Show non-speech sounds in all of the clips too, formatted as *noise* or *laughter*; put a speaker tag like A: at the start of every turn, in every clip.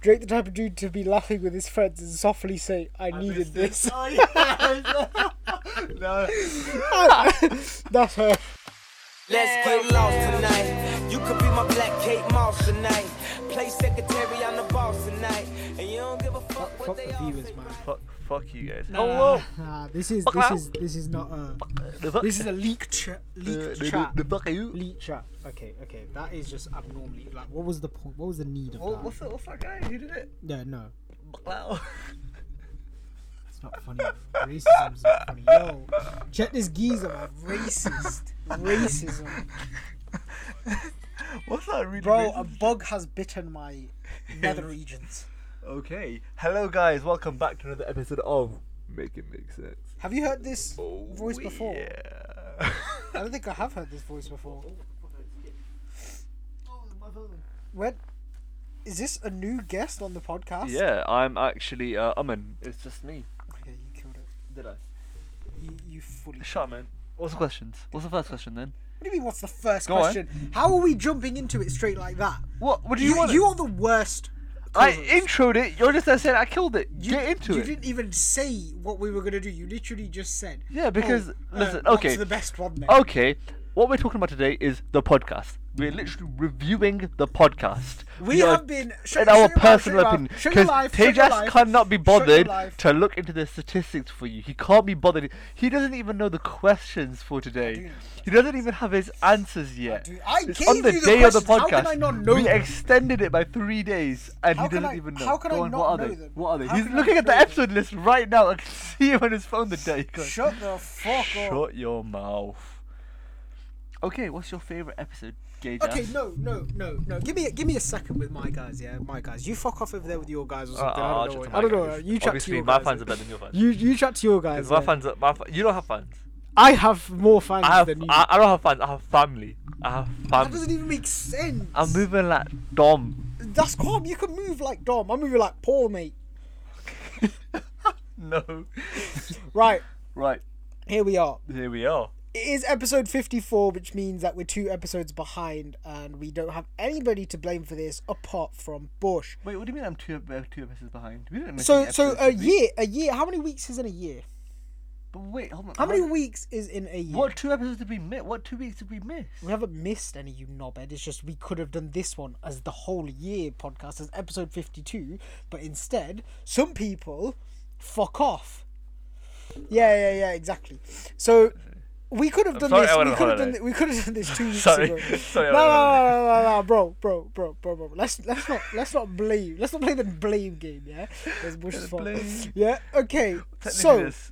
A: Drake the type of dude to be laughing with his friends and softly say, "I,
B: missed it.
A: needed this." *laughs*
B: Oh, yes. no.
C: *laughs*
A: *laughs* That's her.
D: Let's get lost tonight. You could be my black Kate Moss tonight. Play secretary on the boss tonight. And you don't give a fuck
A: Fuck,
D: what
A: the
D: they all
A: viewers,
D: say.
A: man.
C: Fuck, fuck you guys.
A: Nah, nah, this is this
C: now.
A: is this is not a
C: The fuck? Uh,
A: this is a leak tra-
C: the,
A: leak
C: the-
A: chat.
C: the fuck are you?
A: Leak chat. Okay, okay, that is just abnormally. Like, what was the point? What was the need of
C: What,
A: that?
C: what's, that, what's that guy? Who did it?
A: Yeah, no,
C: Bucklow.
A: it's not funny. Racism's not funny. Yo, check this geezer, man. Racist, racism,
C: *laughs* What's that really?
A: bro.
C: racist?
A: A bug has bitten
C: *laughs*
A: my nether regions.
C: Okay. Hello, guys. Welcome back to another episode of Make It Make Sense.
A: Have you heard this
C: Oh,
A: voice before?
C: Yeah. *laughs*
A: I don't think I have heard this voice before. When is this a new guest on the podcast?
C: yeah, I'm actually uh, Aman. It's just me.
A: Okay, you killed it.
C: Did I?
A: You, you fully.
C: Shut up, man. What's the questions? What's the first question then?
A: What do you mean? What's the first
C: Go on.
A: question? How are we jumping into it straight like that?
C: What? What do you,
A: You,
C: want?
A: you are the worst. *laughs*
C: I
A: co-host.
C: introed it. You're just there saying I killed it.
A: You-
C: Get into
A: you
C: it.
A: didn't even say what we were gonna do. You literally just said.
C: Yeah, because-
A: "Oh,
C: listen,
A: what's
C: okay.
A: the best one then?
C: Okay, what we're talking about today is the podcast. We're literally reviewing the podcast.
A: We
C: are-
A: have been- sh-
C: in
A: show
C: our
A: your mouth,
C: personal
A: show your
C: opinion,
A: mouth, show your
C: because
A: life, show your
C: Tejas
A: life,
C: cannot be
A: show your
C: bothered
A: life.
C: to look into the statistics for you. He can't be bothered. He doesn't even know the questions for
A: do know
C: today.
A: the
C: He doesn't even have his answers yet.
A: do- I
C: It's
A: gave
C: on the
A: you the
C: day of the
A: questions,
C: podcast.
A: how can I not know
C: we
A: them?
C: extended it by three days, and
A: How
C: he
A: can
C: doesn't
A: I-
C: even know.
A: how can I
C: Go on,
A: not
C: what are
A: know
C: they?
A: them?
C: What are they?
A: How
C: He's
A: can I
C: looking
A: not
C: at the
A: know them?
C: episode list right now. I can see him on his phone the day. Go on.
A: Shut the fuck up.
C: Shut your mouth. Okay, what's your favorite episode, Gage?
A: Okay,
C: asked.
A: no, no, no, no. Give me, a, give me a second with my guys. Yeah, my guys. You fuck off over there with your guys or
C: Uh,
A: something.
C: I'll
A: I don't
C: chat
A: know.
C: to
A: what-
C: my
A: I don't know.
C: guys.
A: You chat to
C: Obviously,
A: your
C: my
A: guys.
C: fans are better than your fans.
A: You, you chat to your guys.
C: Because my
A: yeah.
C: fans, are, my fa- you don't have fans.
A: I have more fans
C: I have,
A: than you.
C: I, I don't have fans. I have family. I have
A: that
C: family.
A: doesn't even make sense.
C: I'm moving like Dom.
A: That's calm. You can move like Dom. I'm moving like Paul, mate.
C: No.
A: Right,
C: right.
A: here we are.
C: Here we are.
A: It is episode 54, which means that we're two episodes behind, and we don't have anybody to blame for this apart from Bush.
C: Wait, what do you mean? I'm two, uh, two episodes behind. We didn't miss
A: So,
C: any
A: so uh,
C: episodes,
A: a
C: did we?
A: year, a year. How many weeks is in a year?
C: But wait, hold on.
A: How many
C: What,
A: weeks is in a year?
C: what two episodes did we miss? What two weeks did we miss?
A: We haven't missed any, you knobhead. It's just we could have done this one as the whole year podcast, as episode 52, but instead, some people fuck off. Yeah, yeah, yeah, exactly. So. We could have done
C: sorry
A: this.
C: I
A: We
C: went on
A: could have done.
C: holiday.
A: Thi- we could have done this two weeks
C: Sorry.
A: ago.
C: *laughs* Sorry, I
A: no,
C: went
A: no,
C: on
A: no, no, no, no, bro, bro, bro, bro, bro. Let's let's not let's not blame. Let's not play the blame game. Yeah, that's Bush's fault.
C: blame.
A: Yeah. Okay.
C: Technically,
A: So
C: there's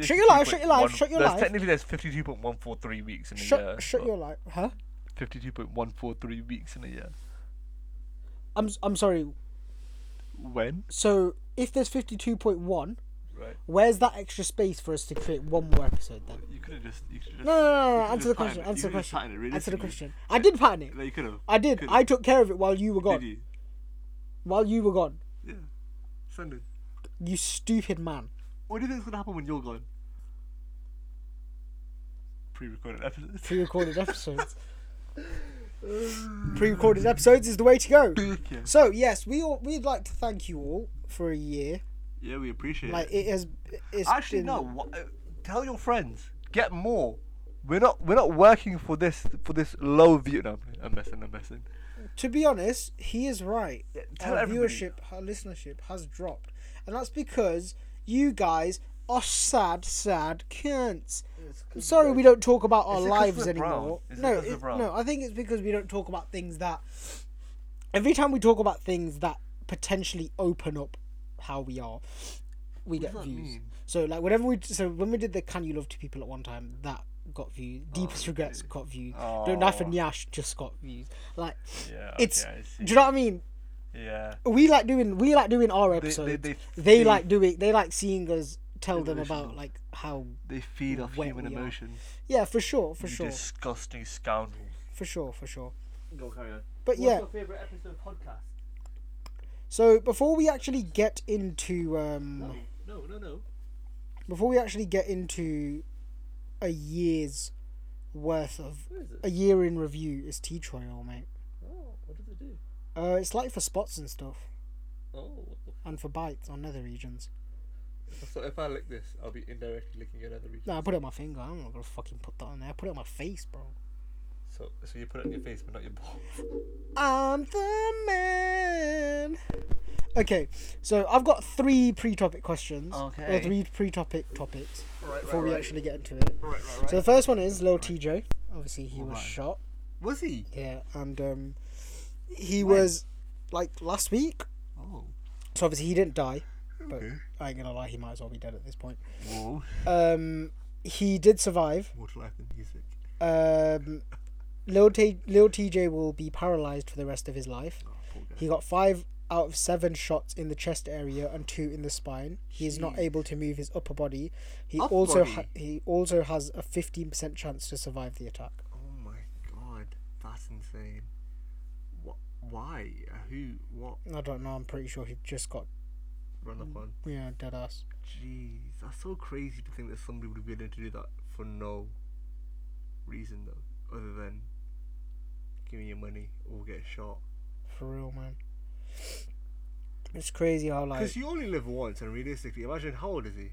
A: shut your life, shut your life,
C: 52.1
A: shut your
C: there's
A: life.
C: Technically, there's fifty-two point one four three weeks in a
A: shut
C: year.
A: shut your life, huh?
C: Fifty-two point one four three weeks in a year.
A: I'm s- I'm sorry.
C: When?
A: So if there's fifty two point one,
C: Right.
A: where's that extra space for us to create one more episode then?
C: You could have just. You could have just.
A: No, no, no, no,
C: you
A: answer
C: could've
A: the question.
C: patterned it,
A: Answer the
C: you could've patterned it,
A: question. Answer the
C: realistically.
A: question. I did pattern it.
C: No, you could have.
A: I did. I took care of it while you were
C: Did
A: gone.
C: you?
A: While you were gone,
C: Yeah. Sunday.
A: you stupid man.
C: What do you think's gonna happen when you're gone? Pre-recorded episodes.
A: Pre-recorded
C: *laughs*
A: episodes. Pre-recorded episodes is the way to go.
C: yeah.
A: So yes, we all, we'd like to thank you all for a year.
C: *laughs* yeah, we appreciate
A: Like
C: it.
A: it has. It's
C: Actually,
A: been-
C: no. wha- uh, tell your friends. Get more. We're not. We're not working for this. For this low view. No, I'm messing. I'm messing.
A: to be honest, he is right.
C: tell
A: our
C: everybody.
A: viewership, our listenership has dropped, and that's because you guys are sad, sad cunts. I'm sorry we don't talk about our
C: Is it 'cause
A: lives
C: we're brown?
A: anymore.
C: Is it
A: No,
C: 'cause we're
A: it-
C: brown?
A: no, I think it's because we don't talk about things that. Every time we talk about things that potentially open up how we are, we get views. So like whenever we so when we did the "Can You Love Two People at One Time" that got views.
C: Oh,
A: Deepest Regrets got views. Don't Knife and Yash just got views. Like
C: Yeah.
A: it's
C: okay, I see.
A: do you know what I mean?
C: Yeah.
A: We like doing we like doing our episodes. They,
C: they see-
A: like doing they like seeing us tell them about like how
C: They feed off
A: Where
C: human
A: we are.
C: emotions.
A: yeah for sure for
C: You
A: sure
C: disgusting scoundrel.
A: for sure for sure.
C: Go carry on.
A: But yeah,
C: favorite episode of podcast?
A: so before we actually get into um
C: No, no, no.
A: before we actually get into a year's worth of a year in review is tea trial mate.
C: Oh, what does it do?
A: Uh, it's like for spots and stuff.
C: Oh.
A: and for bites on nether regions.
C: So if I lick this, I'll be indirectly licking another region.
A: No, I put it on my finger. I'm not gonna fucking put that on there. I put it on my face, bro.
C: So, so you put it on your face, but not your balls.
A: I'm the man. Okay, so I've got three pre-topic questions. Or
C: Okay.
A: three pre-topic topics
C: Right,
A: before
C: right,
A: we
C: right.
A: actually get into it.
C: *laughs* Right, right, right.
A: So the first one is Lil TJ. Obviously, he was
C: Right.
A: shot.
C: was he?
A: Yeah, and um, he was like last week.
C: Oh.
A: So obviously he didn't die. But I ain't gonna lie, he might as well be dead at this point.
C: Whoa.
A: Um, he did survive.
C: Mortal life and music.
A: Um, Lil, T- Lil TJ will be paralyzed for the rest of his life.
C: Oh,
A: He got five out of seven shots in the chest area and two in the spine. He is not able to move his upper body. He
C: Upper
A: also
C: body?
A: ha- he also has a fifteen percent chance to survive the attack.
C: Oh my god, that's insane. What? Why? Uh, Who? What?
A: I don't know. I'm pretty sure he just got
C: Run up on.
A: yeah dead ass.
C: Jeez, that's so crazy to think that somebody would be willing to do that for no reason though, other than give me your money or get shot.
A: For real, man. It's crazy how like
C: Because you only live once, and realistically, imagine how old is he?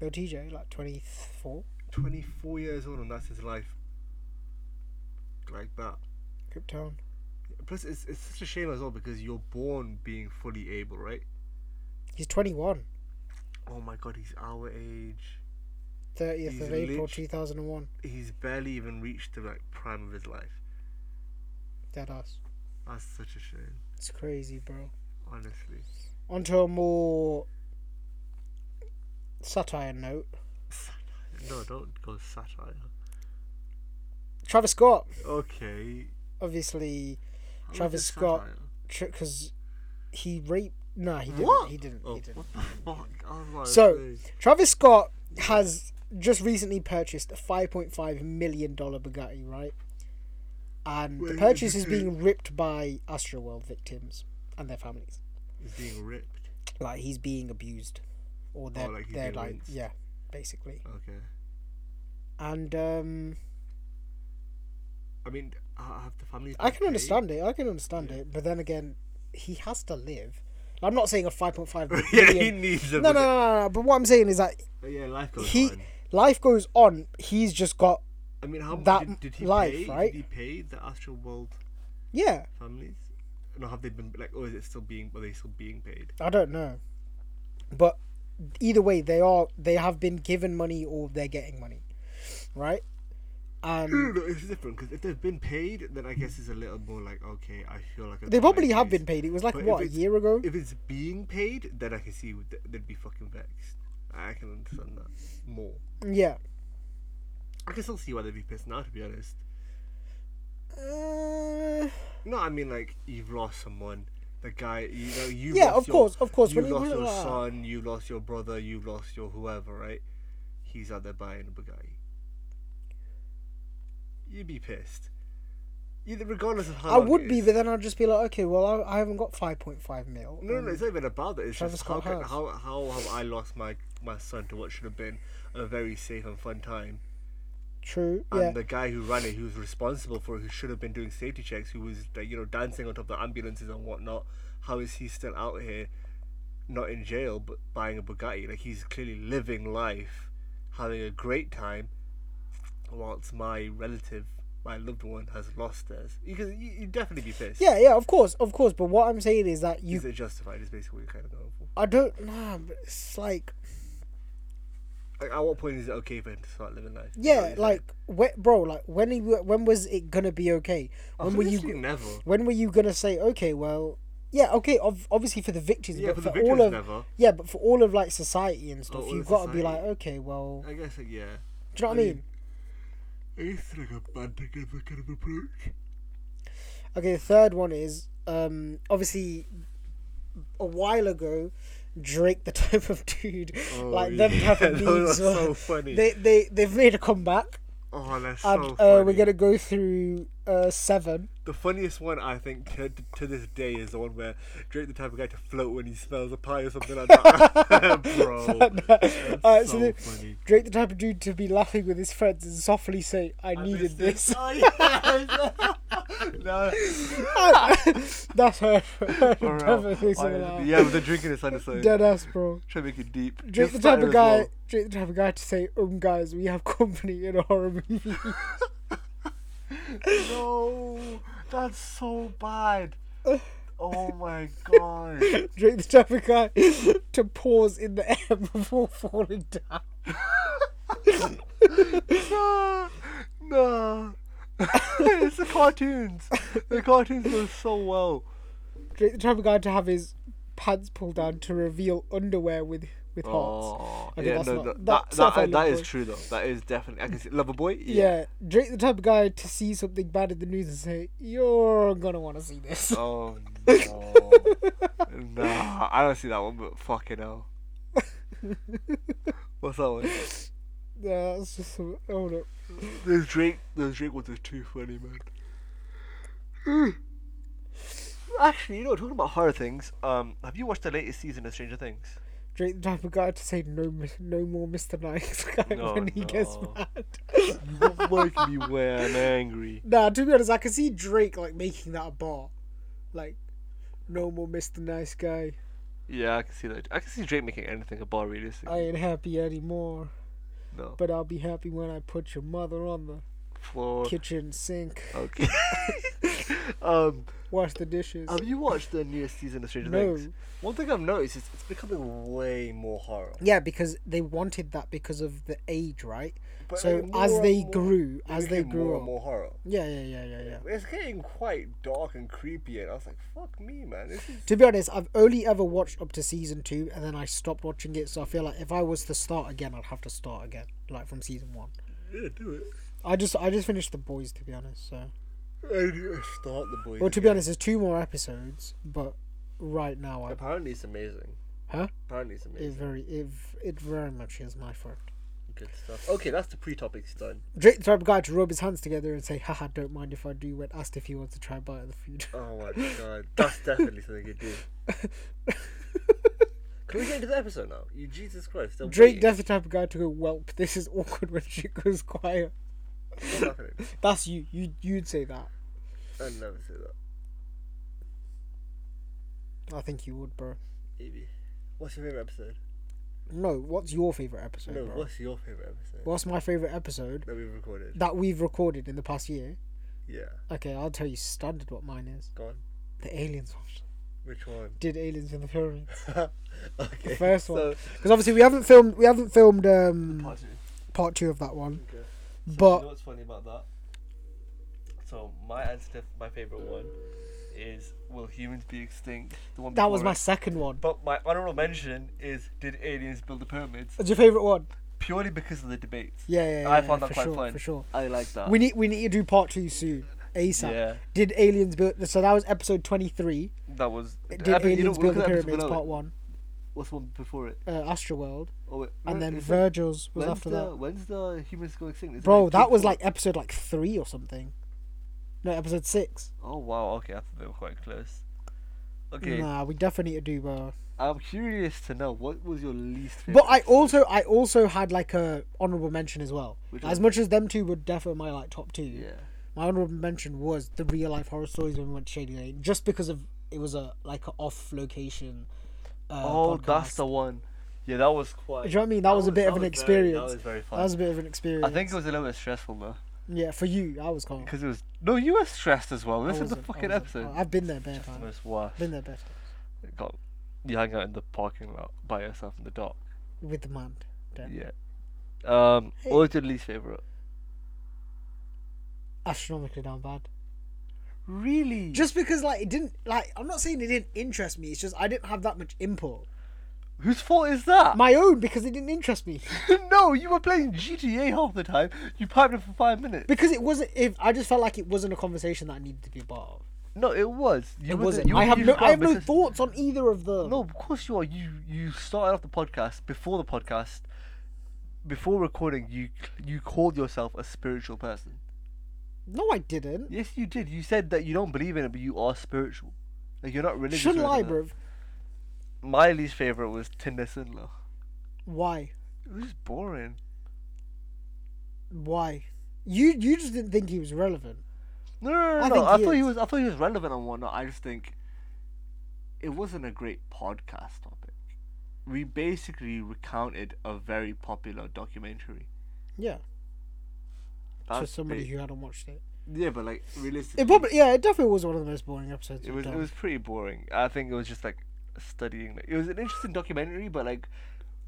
A: Lil TJ like twenty four.
C: Twenty-four years old, and that's his life. Like that.
A: Krypton.
C: Plus, it's it's such a shame as well because you're born being fully able, right?
A: He's 21.
C: Oh my god, he's our age.
A: 30th
C: He's
A: of April
C: lit-
A: 2001.
C: He's barely even reached the like prime of his life.
A: Dead ass.
C: That's such a shame,
A: It's crazy, bro.
C: honestly.
A: Onto a more satire note.
C: No, don't go satire.
A: Travis Scott,
C: Okay.
A: obviously,
C: How is
A: Travis
C: this
A: Scott,
C: satire?
A: because he raped. No, he didn't.
C: What?
A: He didn't.
C: Oh,
A: he didn't.
C: What the fuck? I was about to
A: So,
C: say.
A: Travis Scott has just recently purchased a $5.5 million Bugatti, right? And the
C: Wait,
A: purchase is
C: this
A: being ripped by Astroworld victims and their families.
C: he's being ripped.
A: like he's being abused or they're
C: Oh, like he's
A: they're
C: being
A: like
C: rinsed.
A: yeah basically
C: Okay.
A: and um
C: I mean, I have the family.
A: i can understand it i can understand it but then again he has to live i'm not saying a 5.5
C: *laughs* *laughs* yeah, he
A: million-
C: needs
A: no,
C: a
A: no, no no no but what i'm saying is that
C: But Yeah, life goes
A: he
C: on.
A: life goes on he's just got
C: I mean, how
A: that
C: much did, did he
A: life,
C: pay?
A: right?
C: Did he pay the Astral World
A: yeah
C: families? And have they been like, or is it still being? Are they still being paid?
A: i don't know but either way they are they have been given money or they're getting money right and
C: No, no, it's different because if they've been paid, then I guess it's a little more like okay. I feel like
A: they probably have been paid it was like
C: But if
A: what a
C: it's-
A: year ago
C: If it's being paid, then I can see what th- they'd be fucking vexed. I can understand that more.
A: yeah
C: I can still see why they'd be pissed now, to be honest.
A: uh...
C: No, I mean like you've lost someone. The guy, you know, you.
A: Yeah,
C: lost
A: of
C: your-
A: course, of course,
C: You
A: when uh, you
C: lost
A: put it
C: your
A: like that.
C: son. You lost your brother. You lost your whoever. Right? He's out there buying a Bugatti. You'd be pissed. Either regardless of how.
A: I
C: long it
A: would be,
C: is.
A: but then I'd just be like, okay, well, I, I haven't got 5.5 mil.
C: No, no,
A: Um,
C: no, it's not even about that. It's
A: Travis
C: just how,
A: Scott
C: can,
A: has.
C: how how have I lost my my son to what should have been a very safe and fun time,
A: True,
C: and
A: yeah.
C: the guy who ran it, who was responsible for, it, who should have been doing safety checks, who was like, you know dancing on top of ambulances and whatnot. How is he still out here, not in jail but buying a Bugatti? Like he's clearly living life, having a great time, whilst my relative, my loved one, has lost theirs. You can you you'd definitely be pissed.
A: Yeah, yeah, of course, of course. But what I'm saying is that
C: Is
A: you,
C: it justified? Is basically what you're kind of going for.
A: I don't, nah, but it's like,
C: Like, at what point is it okay for him to start living life?
A: yeah, like, whe- bro, like, when he, when was it gonna be okay? When were you,
C: never?
A: when were you gonna say, okay, well, yeah, okay, ov- obviously for the victims,
C: Yeah,
A: but
C: for
A: for,
C: the
A: all
C: victims,
A: of,
C: never.
A: yeah, but for all of like society and stuff,
C: all
A: you've
C: of
A: got to be like,
C: society.
A: okay, well,
C: I guess like, yeah.
A: do you know what I
C: I mean-
A: mean?
C: It's like a band together kind of approach.
A: Okay, the third one is um, obviously a while ago, Drake, the *laughs* type of dude, like them
C: Oh, yeah, *laughs*
A: type of
C: those are
A: dudes. were-
C: so funny.
A: They they they've made a comeback,
C: Oh, that's
A: and
C: so
A: uh,
C: funny.
A: we're gonna go through uh, seven. *laughs*
C: The funniest one I think to, to this day is the one where Drake the type of guy to float when he smells a pie or something
A: *laughs*
C: like that. *laughs* Bro, that's
A: Alright, so
C: so
A: the-
C: funny.
A: Drake, the type of dude to be laughing with his friends and softly say, "I, needed this." *laughs*
E: Oh,
C: *laughs*
E: yes. no.
A: *laughs* That's her.
C: For real. I- yeah, with the drinking is understood.
A: Dead ass, bro.
C: Try to make it deep.
A: Drake, the type
C: Just fire
A: of
C: as
A: guy.
C: well.
A: Drake, the type of guy to say, "Um, guys, we have company in a horror movie." *laughs*
E: No. That's so
A: *laughs*
E: bad. Oh my god.
A: Drake, the type of guy *laughs* to pause in the air *laughs* before falling down.
E: No.
C: *laughs*
E: No. it's the cartoons. The cartoons go so well.
A: Drake, the type of guy to have his pants pulled down to reveal underwear with with
E: Oh,
A: hearts. I think
E: yeah,
A: that's
E: no,
A: not-
E: no, that,
A: that's
E: that,
A: not
E: I-
A: fair,
E: that is
A: Liverpool.
E: true though. That is definitely. I can see Lover Boy.
A: Yeah, Drake the type of guy to see something bad in the news and say, "You're gonna want to see this."
E: Oh no. nah, I don't see that one, but fucking hell. What's that one?
A: *laughs* Yeah, that's just some, oh no.
E: Those Drake, those Drake ones are too funny, man. Actually, you know, talking about horror things. Um, have you watched the latest season of Stranger Things?
A: Drake the type of guy to say no, mi- no more Mr. Nice *laughs* Guy
E: No,
A: when he gets
E: no.
A: mad.
E: Don't make me when
A: *laughs*
E: angry.
A: nah, to be honest, I can see Drake like making that a bar, like no more Mr. Nice Guy.
E: Yeah, I can see that. I can see Drake making anything a bar realistic.
A: I ain't happy anymore,
E: No.
A: but I'll be happy when I put your mother on the
E: Floor.
A: kitchen sink,
C: *laughs*
E: Okay. um,
A: wash the dishes.
E: have you watched the newest season of Stranger
A: No.
E: Things? One thing I've noticed is it's becoming way more horror.
A: Yeah, because they wanted that because of the age, right?
C: But
A: so
C: more
A: as
C: and
A: they
C: more-
A: grew,
C: it
A: as they
C: became more
A: grew
C: and
A: up.
C: more horror.
A: Yeah, yeah, yeah, yeah, yeah.
C: It's getting quite dark and creepy, and I was like, "Fuck me, man!" This is
A: To be honest, I've only ever watched up to season two, and then I stopped watching it. So I feel like if I was to start again, I'd have to start again, like from season one.
C: yeah, do it.
A: I just, I just finished the boys, to be honest. So,
C: I need to uh, start the boys.
A: well, to be honest, there's two more episodes, but right now, I
C: apparently it's amazing.
A: huh,
C: Apparently it's
A: it
C: amazing.
A: very, it, it very much is my friend.
C: Good stuff. Okay, that's the pre-topics done.
A: Drake the type of guy to rub his hands together and say, "Haha, don't mind if I do." When asked if he wants to try and bite of the food.
C: Oh my god, that's definitely something you do. Can we get into the episode now? You Jesus Christ! I'm
A: *laughs* Drake
C: waiting.
A: death the type of guy to go whelp. This is *laughs* awkward when shit goes quiet.
C: What's happening?
A: That's you. You you'd say that.
C: I never say that.
A: I think you would, bro.
C: Maybe. What's your favorite episode?
A: No, what's your favorite episode,
C: No,
A: bro?
C: what's your favorite episode
A: What's my favorite episode
C: that we've recorded?
A: that we've recorded in the past year?
C: yeah,
A: Okay, I'll tell you standard what mine is.
C: go on.
A: The aliens one.
C: Which one?
A: Did aliens in the pyramids?
C: okay.
A: The first one.
C: so-
A: Because obviously we haven't filmed we haven't filmed um part two of that one.
C: Okay. you know
A: But
C: what's funny about that? So my answer, to my favorite one, is "Will humans be extinct?" The one
A: that was
C: before
A: my
C: it.
A: second one.
C: But my honorable mention is "Did aliens build the pyramids?"
A: What's your favorite one?
C: Purely because of the debates.
A: Yeah, yeah, yeah.
C: I
A: yeah,
C: found that
A: for
C: quite
A: sure,
C: fun.
A: For sure.
C: I like that.
A: We need we need to do part two soon. ASAP.
C: Yeah.
A: Did aliens build so that was episode twenty three.
C: that was.
A: Did
C: I think- you know,
A: aliens build the
C: look at that episode
A: pyramids
C: below
A: part
C: it.
A: one.
C: What's the one before it?
A: Uh, Astroworld.
C: Oh wait.
A: And
C: no,
A: then
C: is it-
A: Virgil's was
C: when's
A: after
C: the,
A: that.
C: When's the humans go extinct? Is it
A: Bro,
C: like
A: that was
C: before-
A: like episode like three or something. No, episode six.
C: Oh wow. Okay, I thought they were quite close. Okay,
A: Nah, we definitely need to do bro.
C: I'm curious to know what was your least favorite.
A: But I also I also had like a honorable mention as well.
C: Which
A: as
C: one?
A: much as them two were definitely my like top two.
C: Yeah.
A: My honorable mention was the real life horror stories when we went to Shady Lane, just because of it was a like a off location. Uh,
C: Oh, that's
A: podcast.
C: the one. Yeah, that was quite.
A: Do you know what I mean? That, was a bit of an experience.
C: that was very fun.
A: That was a bit of an experience.
C: I think it was a little bit stressful though,
A: yeah, for you, I was calm.
C: because it was. No, you were stressed as well.
A: I
C: This is *laughs* the
A: wasn't- I
C: fucking
A: wasn't.
C: episode.
A: I've been there bare
C: Just the
A: times.
C: most worst.
A: Been there bare times
C: It got you hang out in the parking lot by yourself in the dark.
A: with the man. Damn.
C: Yeah. Um, what was your least favorite?
A: Astronomically down bad.
C: Really?
A: Just because like it didn't like I'm not saying it didn't interest me. It's just I didn't have that much input.
C: Whose fault is that? *laughs*
A: My own because it didn't interest me. *laughs*
C: no, you were playing GTA half the time. You piped it for five minutes.
A: because it wasn't if I just felt like it wasn't a conversation that I needed to be a part of.
C: No, it was. You
A: It
C: were
A: wasn't.
C: the- you-
A: I have
C: you've
A: no
C: got
A: I have no
C: business-
A: thoughts on either of them.
C: No, of course you are. You you started off the podcast before the podcast, before recording. You you called yourself a spiritual person.
A: No, I didn't.
C: Yes, you did. You said that you don't believe in it, but you are spiritual. Like you're not religious.
A: Shouldn't
C: or
A: lie,
C: anything like
A: bruv.
C: that. My least favorite was Tinder Sindler.
A: Why?
C: It was just boring.
A: Why? You you just didn't think he was relevant.
C: No, no, no.
A: I
C: no.
A: think
C: I
A: he
C: thought he
A: is.
C: was. I thought he was relevant and whatnot. I just think it wasn't a great podcast topic. We basically recounted a very popular documentary.
A: Yeah, to
C: That's
A: somebody
C: ba-
A: who hadn't watched it.
C: Yeah, but like realistically,
A: It probably yeah, it definitely was one of the most boring episodes.
C: it
A: we've
C: was it
A: done.
C: was pretty boring. I think it was just like studying. Like, it was an interesting documentary, but like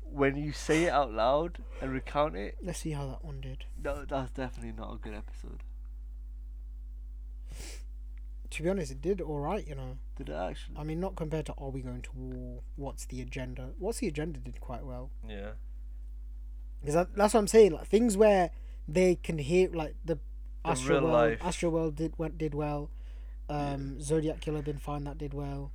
C: when you say it out loud and recount it,
A: Let's see how that one did.
C: no, that's definitely not a good episode.
A: To be honest, it did all right. You know,
C: Did it actually?
A: I mean, not compared to Are We Going to War? What's the agenda? What's the agenda did quite well.
C: yeah.
A: Because that, that's what I'm saying. Like things where they can hear like the, Astro
C: real
A: World.
C: life.
A: Astro World did went did well. Um, Zodiac Killer been fine. That did
C: *clears throat*
A: well.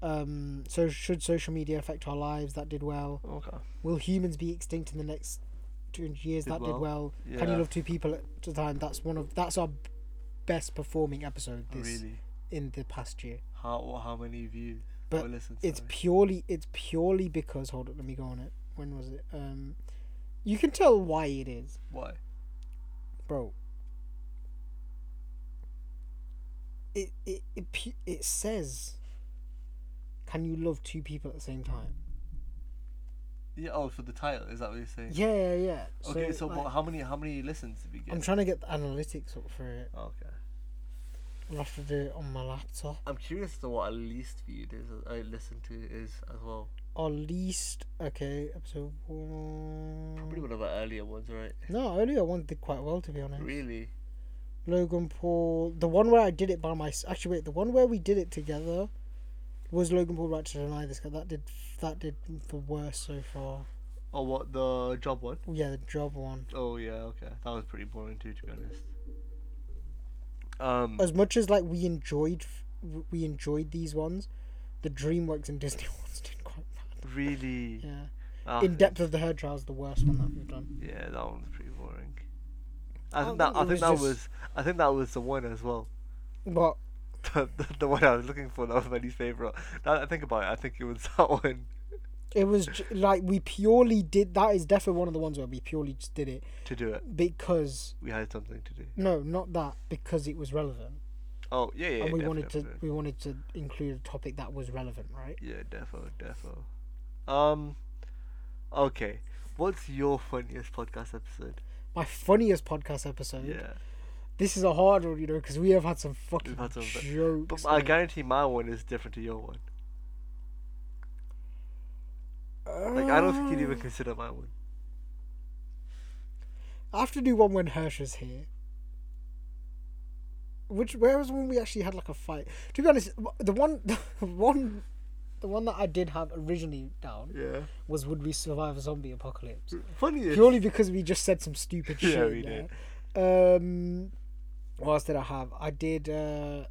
A: um, so should social media affect our lives? That did well.
C: Okay.
A: Will humans be extinct in the next two hundred years?
C: Did
A: that
C: well.
A: did well. Can you
C: Yeah.
A: love two people at a time? That's one of that's our best performing episode this
C: Oh, Really?
A: in the past year.
C: How how many views?
A: But
C: or listens,
A: it's
C: sorry?
A: purely it's purely because hold on, let me go on it. When was it? Um, you can tell why it is.
C: why?
A: bro. It it it pu- it says. Can you love two people at the same time?
C: Yeah. Oh, for the title, is that what you're saying?
A: Yeah, yeah, yeah.
C: Okay. So,
A: like,
C: but how many how many listens did we get?
A: I'm trying to get the analytics up for it.
C: okay.
A: I'll have to do it on my laptop.
C: I'm curious to what at least viewed is I listened to is as well.
A: Or least okay episode one.
C: Probably one of our earlier ones, right?
A: No, earlier one did quite well to be honest.
C: Really?
A: Logan Paul, the one where I did it by myself. Actually, wait, the one where we did it together was Logan Paul right to deny this. 'cause That did that did the worst so far.
C: Oh, what the job one?
A: Yeah, the job one.
C: Oh yeah, okay. That was pretty boring too, to be honest. Um,
A: As much as like we enjoyed, f- we enjoyed these ones. The DreamWorks and Disney *laughs* ones did quite bad.
C: really.
A: Yeah.
C: ah,
A: In depth of the hair trials, the worst one that we've done.
C: Yeah, that one was pretty boring. I
A: don't
C: think that
A: think it
C: I think
A: was
C: that
A: just-
C: was I think that was the one as well. *laughs*
A: But
C: the, the one I was looking for that was my least favorite. Now that I think about it, I think it was *laughs* that one.
A: it was j- like we purely did. That is definitely one of the ones where we purely just did it
C: To do it,
A: because
C: we had something to do.
A: no, not that because it was relevant.
C: Oh yeah, yeah.
A: and we
C: defo,
A: wanted to
C: defo.
A: we wanted to include a topic that was relevant, right?
C: Yeah, defo, defo. Um, okay. What's your funniest podcast episode?
A: My funniest podcast episode.
C: Yeah,
A: This is a hard one, you know, because we have had some fucking
C: we've had some. but-
A: jokes.
C: But I
A: man.
C: guarantee my one is different to your one. Like I
A: Uh,
C: don't think you'd
A: Mm.
C: even consider my one.
A: I have to do one when Hirsch is here. Which where was when we actually had like a fight? To be honest, the one, *laughs* the one, the one that I did have originally down
C: Yeah.
A: was would we survive a zombie apocalypse?
C: *laughs* Funniest.
A: purely because we just said some stupid
C: Yeah,
A: shit.
C: we did.
A: Um, what else did I have? I did uh,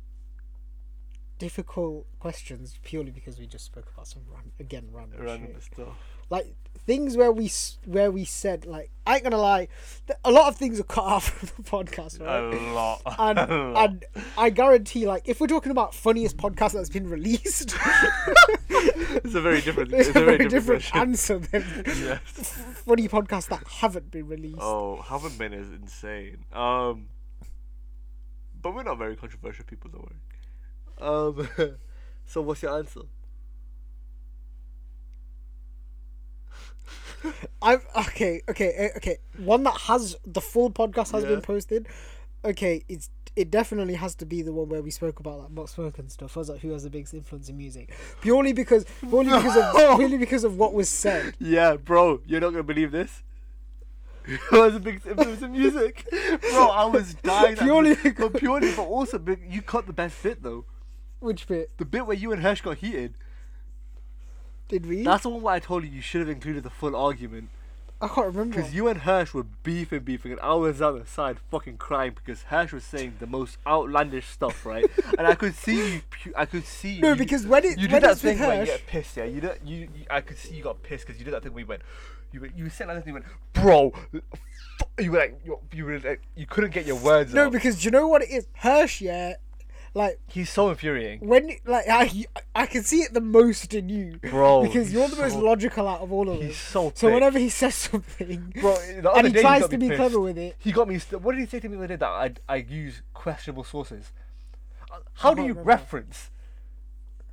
A: difficult questions purely because we just spoke about some ran- again random,
C: Random
A: shit.
C: stuff.
A: Like things where we s- where we said like I ain't gonna lie, th- a lot of things are cut *laughs* out from the podcast,
C: *laughs* A
A: right?
C: lot.
A: *laughs* and,
C: A lot.
A: and I guarantee, like, if we're talking about funniest podcast that's been released,
C: *laughs*
A: *laughs*
C: it's a very different.
A: it's a very, different,
C: version.
A: answer than
C: *laughs* Yes.
A: funny podcasts that haven't been released.
C: Oh, haven't been is insane. Um, but we're not very controversial people, don't worry.
A: *laughs*
C: Um, so what's your answer?
A: I've okay, okay, eh, okay. One that has the full podcast has
C: Yeah.
A: been posted. Okay, it's it definitely has to be the one where we spoke about like Box Work and stuff. I was like, who has the biggest influence in music? Purely because purely because
C: *laughs*
A: of purely because of what was said.
C: Yeah, bro, you're not gonna believe this. *laughs* I was a big influence
A: *laughs*
C: in music, bro. I was dying. at
A: Purely
C: this- but purely, but also, be- you cut the best bit though.
A: Which bit
C: The bit where you and Hirsch got heated.
A: did we? Hmm?
C: That's the one where I told you you should have included the full argument.
A: I can't remember.
C: Because you and Hirsch were beefing, beefing, and I was on the side fucking crying because Hirsch was saying the most outlandish stuff, right? and I could see you. pu- I could see.
A: No,
C: you,
A: because when it-
C: you
A: when
C: did that
A: it's with
C: thing where you
A: Hirsch-
C: get pissed, yeah. You, did, you, you I could see you got pissed because you did that thing where you went, you went- you said like this, and you went, bro. f- You were like, you, you were like, you couldn't get your words
A: No,
C: out.
A: because do you know what it is? Hirsch, yeah. Like
C: he's so infuriating.
A: when, like I, I can see it the most in you,
C: Bro,
A: Because
C: he's
A: you're the most
C: so-
A: logical out of all of us.
C: he's so
A: So
C: thick.
A: whenever he says something,
C: Bro, the other
A: and he
C: day he
A: tries
C: got
A: to
C: me
A: be clever
C: pissed.
A: with it,
C: He got me. St- what did he say to me the other day that I I use questionable sources? Uh, How do
A: can't
C: you
A: remember.
C: reference?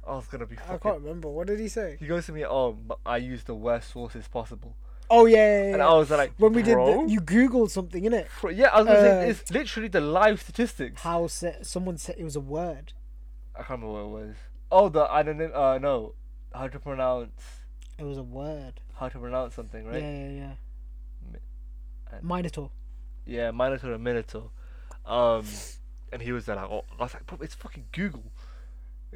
C: I was gonna be.
A: I
C: Fucking...
A: can't remember. What did he say?
C: He goes to me. Oh, m- I use the worst sources possible.
A: Oh yeah, yeah, yeah,
C: And
A: yeah.
C: I was like,
A: when we
C: "Bro?"
A: did, the, you googled something in it.
C: Bro, yeah, I was gonna say
A: Uh,
C: it's literally the live statistics.
A: How se- someone said it was a word.
C: I can't remember what it was. Oh, the I don't know. Uh, no, how to pronounce
A: It was a word.
C: how to pronounce something, right?
A: Yeah, yeah, yeah.
C: Mi- and-
A: Minotaur.
C: Yeah, Minotaur and Minotaur. Um, and he was there like, oh, I was like, bro, it's fucking Google.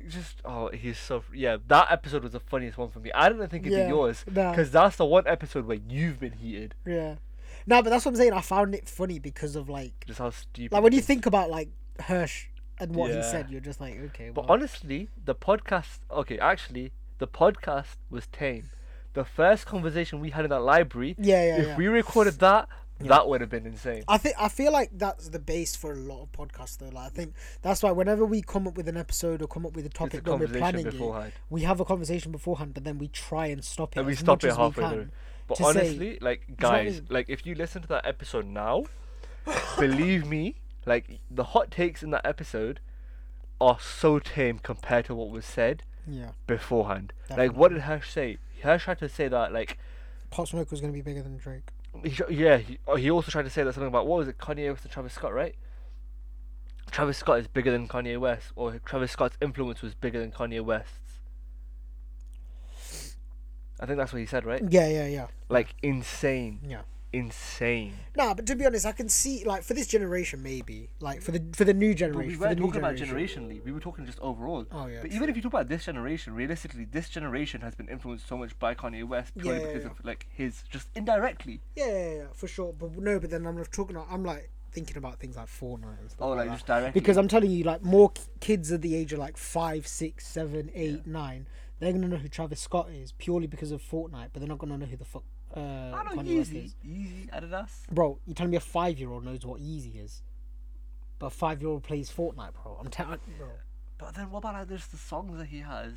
C: It's Just oh, he's so yeah. That episode was the funniest one for me. I don't think it'd
A: Yeah,
C: be yours
A: nah.
C: because that's the one episode where you've been heated.
A: Yeah. No, but that's what I'm saying. I found it funny because of like,
C: Just how stupid.
A: like when
C: it
A: you
C: is.
A: think about like Hirsch and what he
C: Yeah.
A: said, you're just like, okay.
C: But
A: wow.
C: honestly, the podcast. Okay, actually, the podcast was tame. The first conversation we had in that library.
A: Yeah, yeah,
C: If
A: yeah.
C: we recorded that, that would have been insane.
A: I think I feel like that's the base for a lot of podcasts though. Like I think that's why whenever we come up with an episode or come up with a topic when we're
C: conversation
A: planning
C: beforehand.
A: it, we have a conversation beforehand, but then we try and stop it.
C: and we
A: as
C: stop
A: much
C: it
A: as we
C: halfway
A: can
C: through. But
A: to say-
C: honestly, like
A: know what I
C: guys,
A: mean?
C: like if you listen to that episode now, believe me, like the hot takes in that episode are so tame compared to what was said
A: yeah,
C: beforehand. Like what did Hirsch say? Hirsch tried to say that like
A: Pop Smoke was gonna be bigger than Drake.
C: he, tr- yeah, he, oh, he also tried to say that something about what was it, Kanye West and Travis Scott, right? Travis Scott is bigger than Kanye West, or Travis Scott's influence was bigger than Kanye West's. I think that's what he said, right?
A: Yeah, yeah, yeah,
C: Like insane,
A: Mm. yeah.
C: insane.
A: Nah, but to be honest, I can see like for this generation maybe like for the for the new
C: But
A: generation.
C: we
A: for the
C: weren't
A: new
C: talking about generationally. We were talking just overall.
A: Oh, yeah,
C: But
A: true.
C: even if you talk about this generation, realistically, this generation has been influenced so much by Kanye West purely
A: Yeah, yeah,
C: because
A: yeah.
C: of like his just indirectly.
A: Yeah, yeah, yeah, for sure. But no, but then I'm not talking. About, I'm like thinking about things like Fortnite. And stuff
C: Oh, like
A: that.
C: just directly.
A: because I'm telling you, like more k- kids at the age of like five, six, seven, eight, nine, they're gonna know who Travis Scott is purely because of Fortnite, but they're not gonna know who the fuck uh,
C: I know
A: Kanye West
C: Yeezy,
A: is.
C: Yeezy, Adidas.
A: Bro, you telling me a five year old knows what Yeezy is, but a five year old plays Fortnite, bro. I'm telling, bro.
C: But then what about like there's the songs that he has?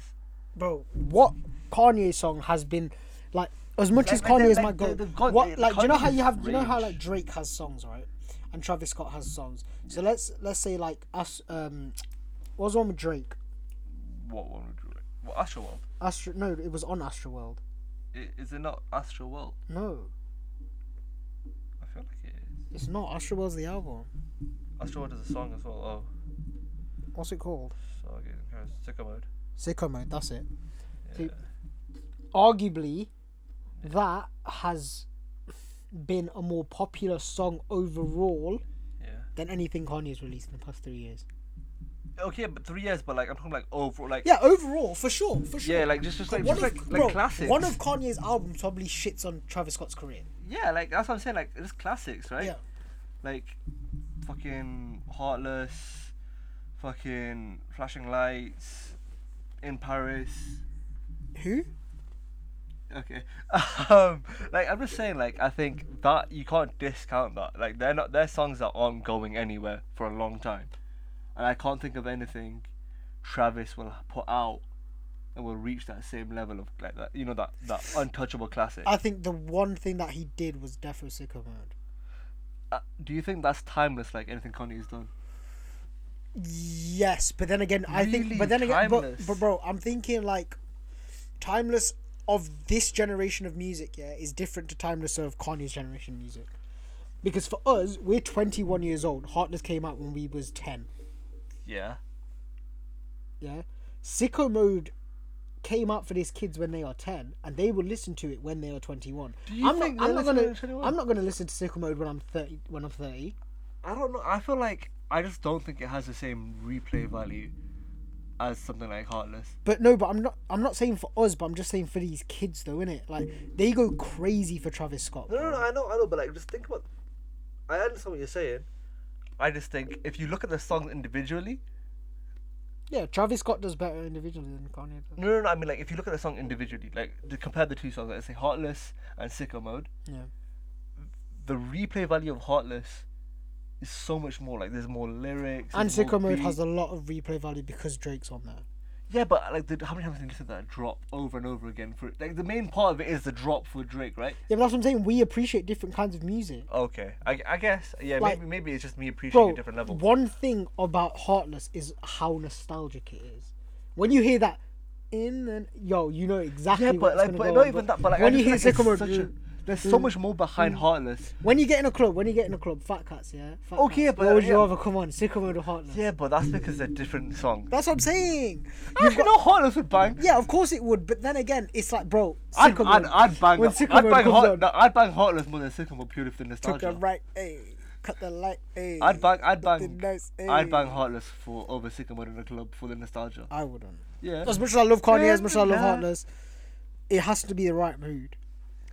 A: bro, what Kanye song has been like as much as
C: like,
A: Kanye
C: they-
A: is my
C: like,
A: goat.
C: they- they've got-
A: what
C: they-
A: like do you know how
C: Kanye's
A: you have do you know how
C: rage.
A: like Drake has songs right, and Travis Scott has songs. So let's let's say like us um, what was the one with Drake?
C: What one would you? Well, Astro World.
A: Astro no, it was on Astro World.
C: I- Is it not Astro World?
A: No,
C: I feel like it is.
A: it's not. Astro World's the album.
C: Astro World is a song as well. Oh,
A: What's it called?
C: so I get kind of sick of mode.
A: Sicko Mode. That's it. So,
C: Yeah.
A: arguably, that has been a more popular song overall
C: Yeah.
A: than anything Kanye's released in the past three years.
C: Okay, but three years, but like I'm talking like overall, like
A: Yeah, overall, for sure, for sure.
C: Yeah, like just, just like
A: one
C: just
A: of,
C: like, like
A: bro,
C: classics.
A: One of Kanye's albums probably shits on Travis Scott's career.
C: yeah, like that's what I'm saying. Like just classics, right?
A: Yeah.
C: Like fucking heartless, fucking flashing lights, in Paris.
A: Who?
C: Okay. *laughs* Um, like I'm just saying, like I think that you can't discount that. Like they're not their songs are aren't going anywhere for a long time, and I can't think of anything Travis will put out. And will reach that same level of like that, you know, that that untouchable classic.
A: I think the one thing that he did was Defo Sicko Mode.
C: Uh, do you think that's timeless, like anything Kanye's done?
A: Yes, but then again, I think.
C: Really
A: But then again, but,
C: timeless.
A: but bro, I'm thinking like, timeless of this generation of music, yeah, is different to timeless of Kanye's generation of music, because for us, we're 21 years old. Heartless came out when we was 10.
C: Yeah.
A: yeah sicko mode came out for these kids when they are 10 and they will listen to it when they are 21
C: you
A: i'm
C: think
A: not i'm
C: they'll
A: not
C: listen
A: gonna
C: to it at 21?
A: i'm not gonna listen to sicko mode when i'm 30 when i'm 30
C: I don't know. I feel like I just don't think it has the same replay value as something like Heartless.
A: But no, but I'm not. I'm not saying for us, but I'm just saying for these kids, though, innit? Like they go crazy for Travis Scott.
F: No, no, no,
A: bro.
F: I know, I know, but like, just think about. I understand what you're saying. I just think if you look at the songs individually,
A: Yeah, Travis Scott does better individually than Kanye does.
F: no, no, no, I mean, like, if you look at the song individually, like, to compare the two songs, let's say Heartless and Sicko Mode,
A: Yeah.
F: the replay value of Heartless is so much more. Like, there's more lyrics.
A: And
F: there's more
A: Sicko Mode
F: beat.
A: has a lot of replay value because Drake's on there.
F: Yeah, but like, the, how many times have you listened to that drop over and over again? For like, the main part of it is the drop for Drake, right?
A: Yeah, but that's what I'm saying. We appreciate different kinds of music.
F: Okay, I, I guess yeah.
A: Like-
F: maybe maybe it's just me appreciating
A: Bro,
F: a different level.
A: one thing about Heartless is how nostalgic it is. When you hear that, in and yo, you know exactly.
F: Yeah, but
A: what's
F: like,
A: gonna
F: but
A: go
F: not
A: on,
F: even that. But like,
A: when
F: I
A: you hear mm,
F: just,
A: Sicko
F: like,
A: Mode,
F: it's such a, there's so much more
A: Mm.
F: behind Heartless.
A: when you get in a club, when you get in a club, Fat Cats, yeah. Fat
F: Okay,
A: Cats,
F: but,
A: what would you
F: yeah.
A: rather come on, Sicko Mode or Heartless?
F: Yeah, but that's because they're different songs.
A: That's what I'm saying.
F: You know Heartless would bang.
A: Yeah, of course it would, but then again, it's like, bro,
F: I'd,
A: Sicko
F: I'd,
A: Mode-
F: I'd bang,
A: when
F: I'd
A: Sicko
F: bang,
A: Mode comes
F: Heart-
A: on,
F: no, I'd bang Heartless more than Sycamore purely for the
A: took
F: nostalgia.
A: a right, hey, cut the light, hey.
F: I'd bang, I'd
A: did
F: bang,
A: nice, eh?
C: I'd bang Heartless for over Sycamore in a club for the nostalgia.
A: I wouldn't.
C: Yeah,
A: As much as I love Kanye, as much as I love
C: Yeah.
A: Heartless, it has to be the right mood.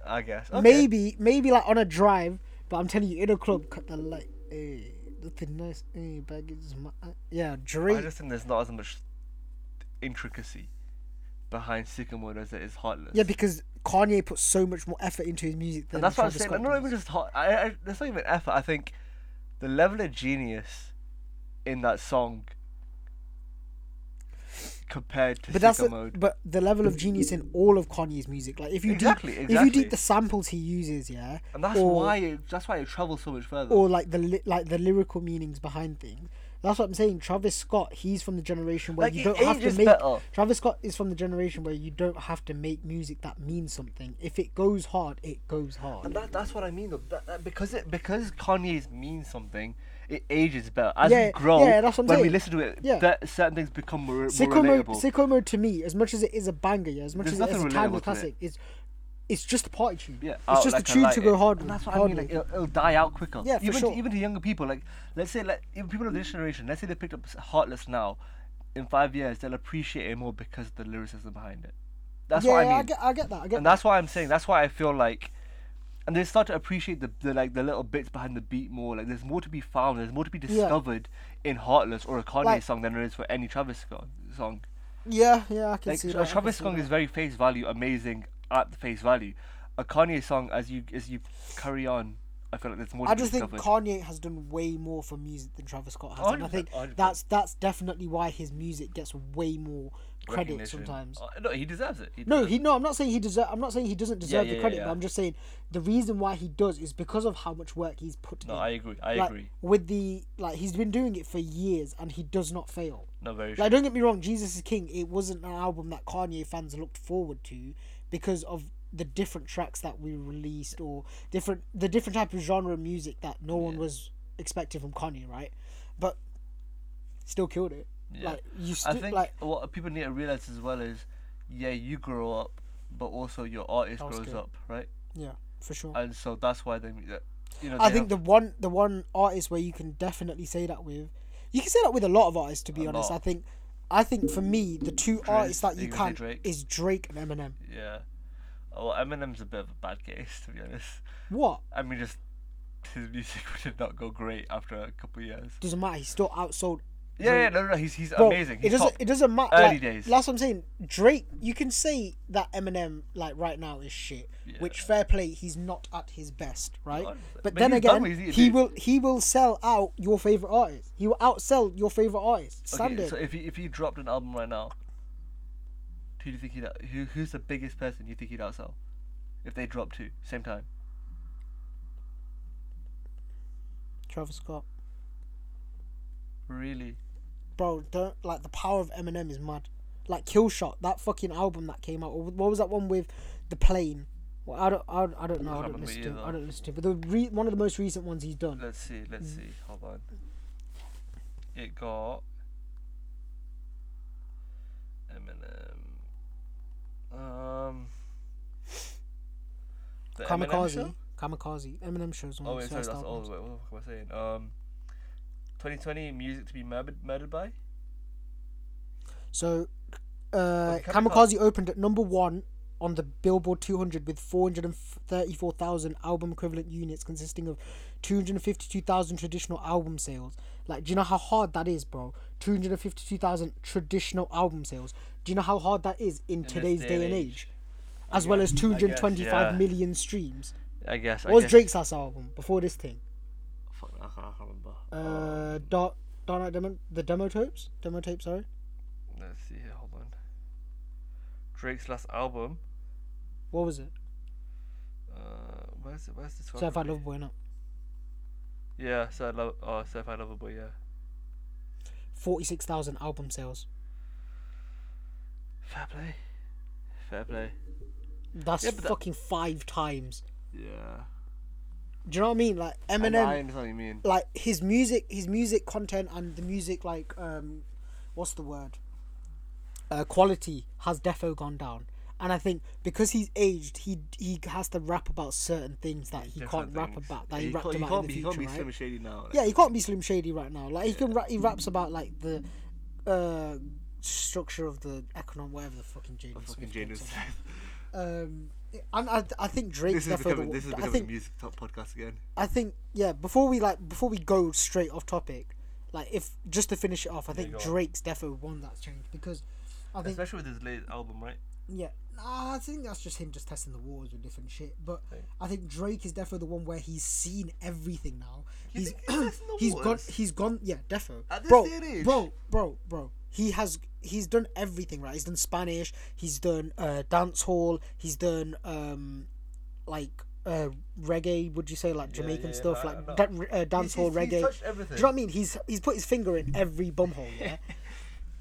C: I guess. Okay.
A: Maybe, maybe like on a drive, but I'm telling you, in a club, cut the light, hey, nothing nice, hey, baggage, my, eh, yeah,
C: I
A: Drake.
C: just think there's not as much intricacy behind Sycamore as there is Heartless.
A: Yeah, because Kanye puts so much more effort into his music than
C: And that's what I'm
A: Travis
C: saying.
A: Scott
C: Like, not
A: does.
C: even just hot. I, I, that's not even effort. I think the level of genius in that song compared to
A: But that's
C: Sicko
A: the,
C: Mode.
A: but the level of genius in all of Kanye's music. Like if you
C: Exactly,
A: deep, if you
C: exactly.
A: deep the samples he uses, yeah,
C: and that's
A: or,
C: why it, that's why it travels so much further.
A: or like the li- like the lyrical meanings behind things. That's what I'm saying. Travis Scott, he's from the generation where
C: Like,
A: you
C: it
A: don't have to
C: ages
A: make.
C: better.
A: Travis Scott is from the generation where you don't have to make music that means something. If it goes hard, it goes
C: and
A: hard.
C: that, that's what I mean though. That, that, because it because Kanye's means something, it ages better as
A: Yeah,
C: we grow.
A: yeah, that's what I'm
C: when we
A: saying.
C: listen to it,
A: Yeah.
C: that certain things become more, more
A: Sicko mode,
C: relatable.
A: Sicko mode to me, as much as it is a banger, yeah, as much
C: There's
A: as it is a
C: nothing
A: timeless
C: relatable to it.
A: classic, it's it's just a party tune.
C: Yeah,
A: it's
C: out
A: just
C: like
A: a tune to
C: light.
A: go hard.
C: And
A: with,
C: that's what I
A: hard
C: mean.
A: with.
C: Like it'll, it'll die out quicker.
A: Yeah, for
C: even
A: sure.
C: to, even to younger people. Like let's say like even people of this generation. Let's say they picked up S- Heartless now. In five years, they'll appreciate it more because of the lyricism behind it. That's
A: yeah,
C: what I
A: yeah,
C: mean.
A: I get, I get that. I get
C: and that's why I'm saying. That's why I feel like. And they start to appreciate the, the like the little bits behind the beat more. Like there's more to be found. There's more to be discovered in Heartless or a Kanye
A: Like-
C: song than there is for any Travis Scott song.
A: Yeah, yeah, I can
C: Like
A: see
C: a
A: that. I
C: Travis
A: can see
C: song
A: that.
C: is very face value, amazing at the face value. A Kanye song, as you as you carry on, I feel like there's more.
A: I
C: to
A: just
C: be
A: think
C: discovered.
A: Kanye has done way more for music than Travis Scott has, and I
C: 100%,
A: think
C: 100%.
A: that's that's definitely why his music gets way more credit
C: Recognition.
A: sometimes.
C: Uh, no, he deserves it. He
A: No,
C: deserves
A: he no. I'm not saying he deserve. I'm not saying he doesn't deserve
C: yeah,
A: the
C: yeah,
A: credit, but
C: yeah.
A: I'm just saying the reason why he does is because of how much work he's put.
C: No,
A: in.
C: I agree, I
A: Like,
C: agree.
A: With the like, he's been doing it for years, and he does not fail.
C: it. No, very.
A: Like,
C: true.
A: don't get me wrong, Jesus is King, it wasn't an album that Kanye fans looked forward to because of the different tracks that we released or different the different type of genre of music that no one was expecting from Kanye, right? But still killed it. Like you
C: I
A: still
C: think
A: like
C: what people need to realize as well is, yeah, you grow up, but also your artist grows
A: good.
C: up, right?
A: yeah, for sure.
C: And so that's why they, that- you know,
A: I
C: they
A: think the
C: have
A: one the one artist where you can definitely say that with, you can say that with a lot of artists. To be honest,
C: lot.
A: I think, I think for me the two artists that
C: you
A: you
C: gonna say
A: can
C: Drake?
A: is Drake and Eminem.
C: yeah. Oh, well, Eminem's a bit of a bad case, to be honest.
A: What
C: I mean, just his *laughs* music did not go great after a couple of years.
A: doesn't matter. He's still outsold
C: Yeah, yeah, no, no, no, he's he's
A: Bro,
C: amazing.
A: It
C: He's
A: doesn't.
C: top.
A: It doesn't matter.
C: Early
A: like,
C: days.
A: That's what I'm saying. Drake, you can say that Eminem, like right now, is shit. Which fair play, he's not at his best, right?
C: Not at his
A: But,
C: best. But
A: then
C: he's done
A: again,
C: what he's needed to
A: he
C: do.
A: will he will sell out your favorite artist. He will outsell your favorite artist. Standard.
C: Okay, so if he, if he dropped an album right now, who do you think he'd out- who who's the biggest person you think he'd outsell? If they dropped two same time,
A: Travis Scott,
C: really?
A: bro, don't like the power of Eminem is mad. Like Kill Shot, that fucking album that came out. Or What was that one with the plane? Well, I don't, I don't, I don't know. I don't
C: remember
A: listen to.
C: either.
A: I don't listen to. But the re- one of the most recent ones he's done.
C: Let's see, let's
A: Mm.
C: see. Hold on. It got Eminem. Um. the Eminem
A: Kamikaze,
C: show?
A: Kamikaze, Eminem shows one.
C: Oh,
A: of
C: wait,
A: his
C: sorry,
A: first
C: that's all.
A: albums.
C: Wait, what am I saying? Um, 2020 music to be murdered, murdered by.
A: So, uh,
F: Kamikaze-
A: Kamikaze opened at number one on the Billboard 200 with 434,000 album equivalent units, consisting of 252,000 traditional album sales. Like, do you know how hard that is, bro? 252,000 traditional album sales. Do you know how hard that is in, today's day and age? As well as two hundred twenty-five million
C: yeah.
A: streams.
C: I guess. I
A: What was
C: guess-
A: Drake's last album before this thing?
C: Fuck, I can't I can't remember.
A: Uh, Dark, Dark Knight Demo, the demo tapes? Demo tape, sorry.
C: Let's see here. Hold on. Drake's last album.
A: What was it?
C: Uh, where's it? Where's this one?
A: So if I love boy not.
C: Yeah, so I love. Oh, so if I love a boy, yeah.
A: Forty-six thousand album sales.
C: Fair play. Fair play.
A: That's
C: Yeah, but that-
A: fucking five times.
C: Yeah.
A: Do you know what I mean? Like
C: And
A: Eminem,
C: I understand what you mean.
A: like his music, his music content, and the music like um, what's the word? Uh, quality has defo gone down, and I think because he's aged, he he has to rap about certain things that he can't
C: Different
A: rap
C: things.
A: about that
C: Yeah,
A: he rapped
C: can't-
A: about in
C: can't
A: the
C: be,
A: future,
C: He can't be
A: right?
C: Slim Shady now. like,
A: Yeah, he can't be Slim Shady right now. Like he can, ra- he raps about like the uh, structure of the economic, whatever the fucking Jaden
C: fucking
A: Smith.
C: Jaden
A: thinks of.
C: Smith.
A: Um, and I, I think Drake.
C: *laughs* This is
A: definitely
C: becoming,
A: the-
C: this is
A: I
C: becoming
A: think,
C: a music top podcast again.
A: I think yeah. Before we like, before we go straight off topic, like if just to finish it off, I think
C: go on.
A: Drake's defo won that change because I think
C: Especially with his latest album, right?
A: yeah. Nah, I think that's just him just testing the waters with different shit. But I think Drake is definitely the one where he's seen everything now. he's
C: think he's testing the
A: *clears throat* he's gone
C: waters?
A: he's gone yeah, defo.
C: At this
A: bro,
C: day and age?
A: bro, bro, bro. He has he's done everything right. He's done Spanish, he's done uh dance hall, he's done um like uh reggae, would you say like Jamaican
C: yeah,
A: stuff,
C: I-
A: like
C: I know.
A: da- uh, dance hall
C: he's- he's
A: reggae.
C: touched
A: Do
C: everything.
A: you know what I mean? He's he's put his finger in every bumhole,
C: *laughs*
A: yeah.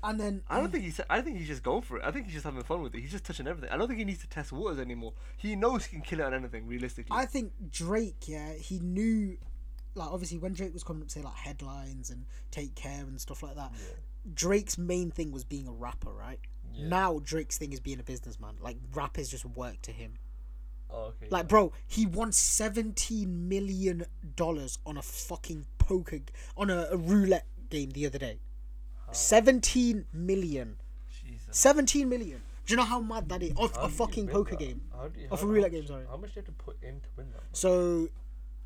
A: and then
C: I don't think he's. I think he's just going for it. I think he's just having fun with it. He's just touching everything. I don't think he needs to test waters anymore. He knows he can kill it on anything. Realistically,
A: I think Drake, yeah, he knew, like obviously when Drake was coming up, say like headlines and take care and stuff like that. Drake's main thing was being a rapper, right? Now Drake's thing is being a businessman. Like rap is just work to him.
C: Oh, okay.
A: Like bro, he won seventeen million dollars on a fucking poker g- on a, a roulette game the other day. Seventeen million.
C: Jesus.
A: Seventeen million. Do you know how mad that is? Of a fucking poker game. Of a roulette game, sorry.
C: How much do you have to put in to win that?
A: So,